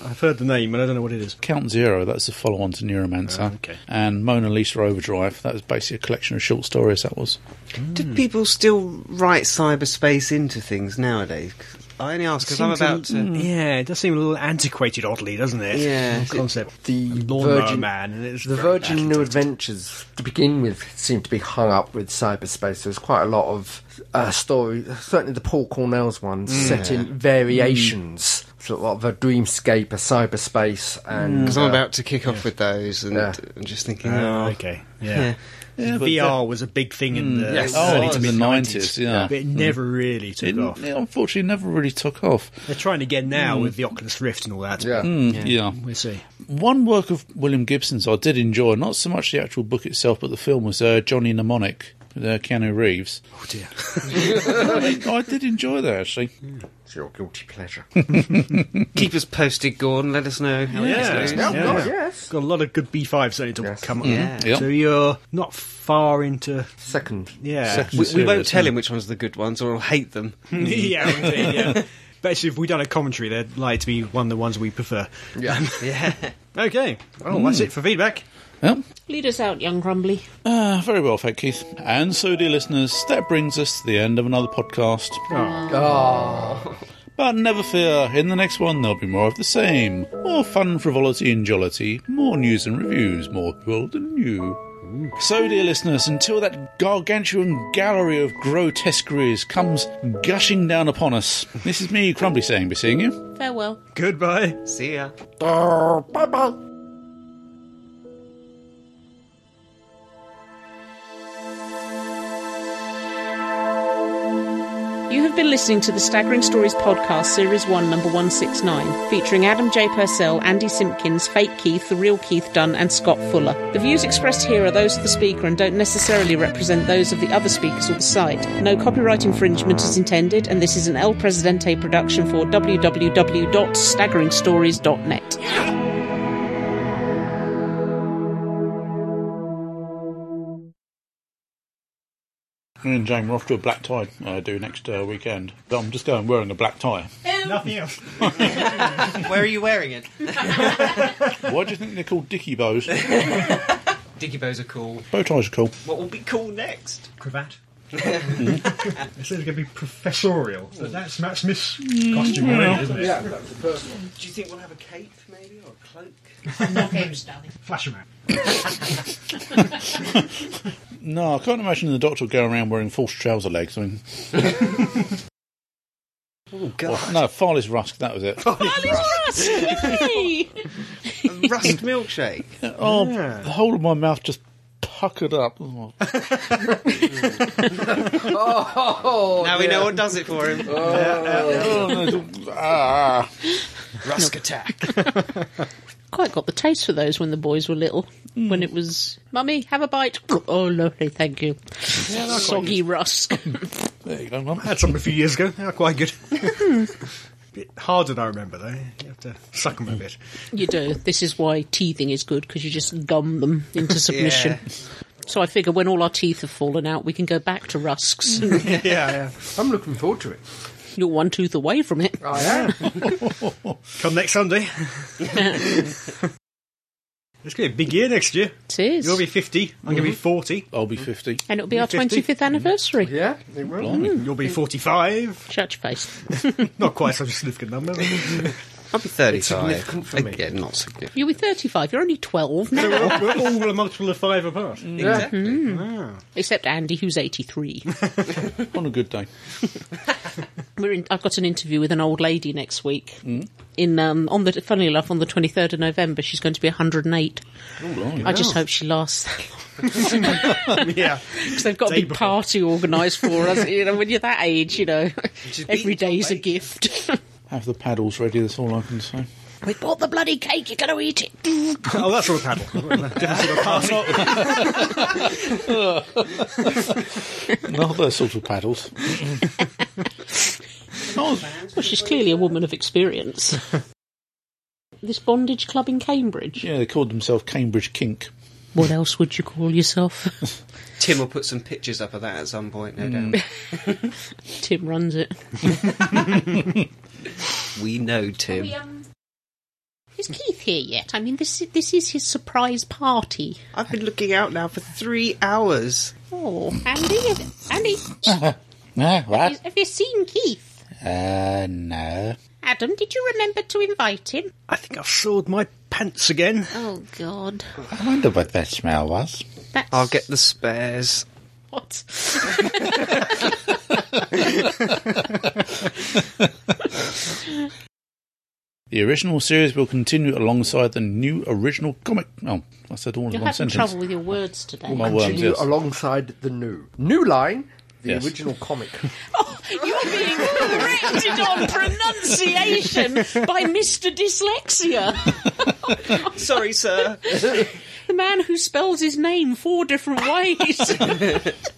D: I've heard the name, but I don't know what it is.
A: Count Zero, that's the follow on to Neuromancer.
C: Uh,
D: Ah, okay.
A: And Mona Lisa Overdrive, that was basically a collection of short stories, that was.
C: Do people still write cyberspace into things nowadays? 'Cause I only ask because I'm about to. Hmm.
D: Yeah, it does seem a little antiquated, oddly, doesn't it?
C: Yeah.
D: The concept.
E: The
D: Lawnmower
E: Virgin
D: Man. And it's
E: The
D: very
E: Virgin
D: badly
E: New
D: done.
E: Adventures, to begin with, seemed to be hung up with cyberspace. There's quite a lot of uh, story, certainly the Paul Cornell's ones, set in variations. So a lot of a dreamscape, a cyberspace, and
C: Because I'm
E: uh,
C: about to kick off with those, and
E: Yeah.
C: I'm just thinking,
D: Oh,
C: oh,
D: okay. Yeah.
C: Yeah.
D: VR was a big thing in the
C: Yes. Oh,
D: early
C: it
D: to
C: was
A: in
D: mid
A: the
D: 90s,
A: 90s, yeah.
D: but it never really took
A: It,
D: off.
A: it unfortunately never really took off.
D: They're trying again now with the Oculus Rift and all that.
E: Yeah.
A: Mm, yeah.
D: We'll see.
A: One work of William Gibson's I did enjoy, not so much the actual book itself, but the film was uh, Johnny Mnemonic. with, Uh, Keanu Reeves.
D: Oh, dear.
A: I did enjoy that actually.
E: It's your guilty pleasure.
C: keep us posted, Gordon. Let us know how it goes.
E: Oh, God, yes.
D: Got a lot of good B5s only to come up.
C: Yeah.
A: Mm-hmm. Yep.
D: So you're not far into.
E: Second.
D: Yeah. (laughs)
A: Second
C: We, we won't
A: series,
C: tell
A: yeah.
C: him which ones are the good ones, or he'll hate them.
D: yeah, indeed, yeah. Basically, if we've done a commentary, they'd like to be one of the ones we prefer. Um,
E: Yeah.
C: (laughs) Yeah.
D: Okay. Well,
A: Mm.
D: that's it for feedback.
A: Well,
B: (laughs) Lead us out, young Grumbly.
A: uh, very well, thank Keith. And so, dear listeners, that brings us to the end of another podcast.
D: Oh,
A: But never fear, in the next one there'll be more of the same. More fun, frivolity, and jollity. More news and reviews. More world than you. So, dear listeners, until that gargantuan gallery of grotesqueries comes gushing down upon us, this is me, Crumbly, saying, be seeing you.
B: Farewell.
D: Goodbye.
C: See ya.
E: Oh, bye bye.
B: been listening to the Staggering Stories podcast, Series 1, Number 169, featuring Adam J. Purcell, Andy Simpkins, Fake Keith, The Real Keith Dunn, and Scott Fuller. The views expressed here are those of the speaker and don't necessarily represent those of the other speakers or the site. No copyright infringement is intended, and this is an El Presidente production for www.staggeringstories.net.
A: Me and Jane, we're off to a black tie uh, do next uh, weekend. I'm just going wearing a black tie.
D: Nothing else.
C: Where are you wearing it?
A: Why do you think they're called dicky bows?
C: Digibows are cool.
A: Bow ties are cool.
C: What will be cool next?
D: (laughs)
J: Cravat. it says it's going to be professorial. So that's Matt Smith's costume, already, isn't it?
C: Do you think we'll have a cape, maybe, or a cloak? (laughs)
J: Flasherman.
A: No, I can't imagine the doctor going around wearing false trouser legs. I mean,
C: Oh,
A: well, no, Farley's Rusk, that was it.
C: Rust milkshake.
A: Oh, the whole of my mouth just puckered up. Oh,
C: now we know what does it for him.
A: Oh, no, ah.
C: Rusk attack.
B: Quite got the taste for those when the boys were little. When it was, Mummy, have a bite. (laughs) Oh, lovely, thank you. Soggy rusk. (laughs)
A: There you go, Mum.
J: Had some a few years ago. They are quite
A: (laughs)
J: good. bit harder than I remember, though. You have to suck them a
A: (laughs)
J: bit.
B: You do. This is why teething is good because you just gum them
J: (laughs)
B: into submission. So I figure when all our teeth have fallen out, we can go back to rusks.
J: (laughs) Yeah, yeah.
E: I'm looking forward to it.
B: (laughs) You're one tooth away from it.
E: I am.
J: Come next (laughs) Sunday. It's going to be a big year next year.
B: It is.
J: You'll be 50. I'm
C: Mm-hmm.
J: going to be 40.
A: I'll be 50.
B: and it'll be our
J: 50.
B: 25th anniversary.
E: yeah, they will.
J: You'll be 45.
B: Church face.
J: Not quite such a significant number. but-
C: (laughs) I'll be 35.
E: significant for me.
C: Again, not significant.
B: You'll be 35. You're
J: (laughs)
B: only 12 now.
J: So we're all, we're all a multiple of five
C: (laughs)
J: apart.
C: Exactly.
B: Except Andy, who's 83.
A: On a good day.
B: We're in, I've got an interview with an old lady next week. In um, on the funnily enough, on the 23rd of November, she's going to be 108. I just hope she lasts (laughs)
J: yeah.
B: because they've got a
J: Day
B: big
J: before.
B: party organised for us. You know, when you're that age, you know, (laughs)
C: She's
B: every
C: beaten
B: day's a
C: Tom
B: gift. (laughs)
A: Have the paddles ready, that's all I can say.
B: we bought the bloody cake. You're going to eat it.
J: Oh, that's all a paddle. Different sort of party.
A: Not those sort of paddles.
B: Well, she's clearly a woman of experience. this bondage club in Cambridge.
A: Yeah, they called themselves Cambridge Kink.
B: What else would you call yourself? (laughs)
C: Tim will put some pictures up of that at some point, no doubt.
B: Tim runs it.
C: (laughs) We know Tim.
B: Is Keith here yet? I mean, this this is his surprise party.
C: I've been looking out now for three hours.
B: Oh, Andy, have- Andy,
G: No,
B: have you-
G: what?
B: have you seen Keith?
G: Uh, no.
B: Adam, did you remember to invite him?
J: I think I've soiled my pants again.
B: Oh God,
G: I wonder what that smell was.
B: that's
C: I'll get the spares.
B: what?
A: The original series will continue alongside the new original comic. Oh, I said all in
B: You're
A: one
B: having
A: sentence.
B: trouble with your words today.
A: My
B: (laughs)
A: worms,
E: Continue
A: yes.
E: alongside the new. New line, the
A: Yes.
E: original comic.
B: You're being corrected on pronunciation by Mister Dyslexia,
C: (laughs) Sorry, sir.
B: the man who spells his name four different ways.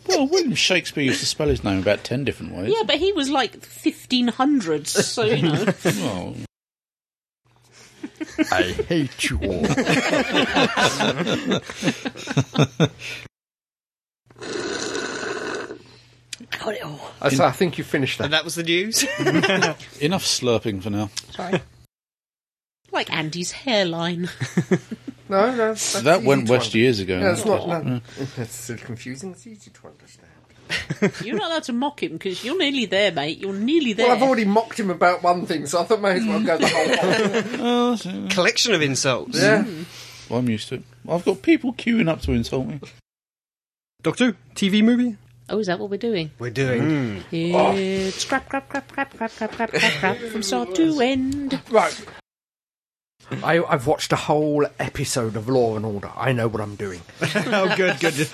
A: Well, William Shakespeare used to spell his name about ten different ways.
B: yeah, but he was like 1500s, so you know.
A: Well,
E: I hate you all.
B: Got it all.
E: Uh, so I think you finished
C: and
E: that.
C: that was the (laughs) news.
A: enough slurping for now.
B: Sorry. Like Andy's hairline. (laughs)
E: No, no. that's
A: that
E: easy
A: went
E: to
A: west
E: under-
A: years ago.
E: Yeah, it's not. No, (laughs) it's still confusing. It's easy to understand.
B: You're not allowed to mock him because you're nearly there, mate. You're nearly there.
E: Well, I've already mocked him about one thing, so I thought may as well go the (laughs) whole way.
A: Oh, so-
C: Collection of insults.
E: Yeah.
A: well, I'm used to it. I've got people queuing up to insult me.
J: Doctor, TV movie?
B: Oh, is that what we're doing?
C: We're doing.
E: oh.
B: It's crap, crap, crap, crap, crap, crap, crap, crap, crap, from start
E: (laughs)
B: to end.
E: Right. I, I've watched a whole (laughs)
J: Mm. (laughs)
E: episode of Law and Order. I know what I'm doing.
J: oh, good, good.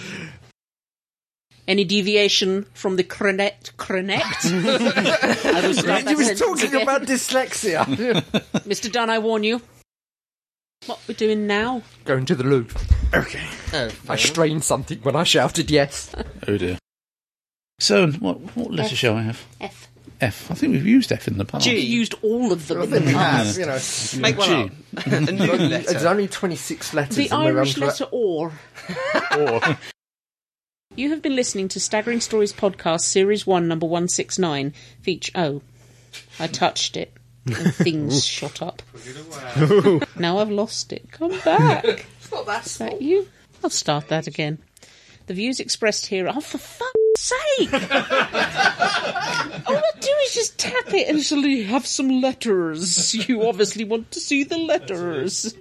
B: Any deviation from the cronect?
E: (laughs)
B: Cronect? I will start
E: he
B: that
E: was
B: sentence
E: talking
B: again.
E: about (laughs) dyslexia.
B: Mr. Dunn, I warn you. What we're doing now?
E: Going to the loo.
C: Oh,
E: I strained something when I shouted yes.
A: Oh dear. So, what, what letter shall I have?
H: F.
A: F. I think we've used F in the past.
B: We
C: G.
B: used all of them in the
E: Ah,
B: past.
E: you know,
C: Make one up. (laughs) a new
E: there's
C: letter.
E: only 26 letters.
B: The
E: and we're
B: Irish
E: on to-
B: letter or.
A: Or
B: You have been listening to Staggering Stories Podcast, Series 1, Number 169, Feature. Oh, I touched it. And things shot up. now I've lost it. Come back.
H: It's not that
B: Is that you? I'll start that again. The views expressed here are for fuck's sake! All I do is just tap it and it'll have some letters. You obviously want to see the letters.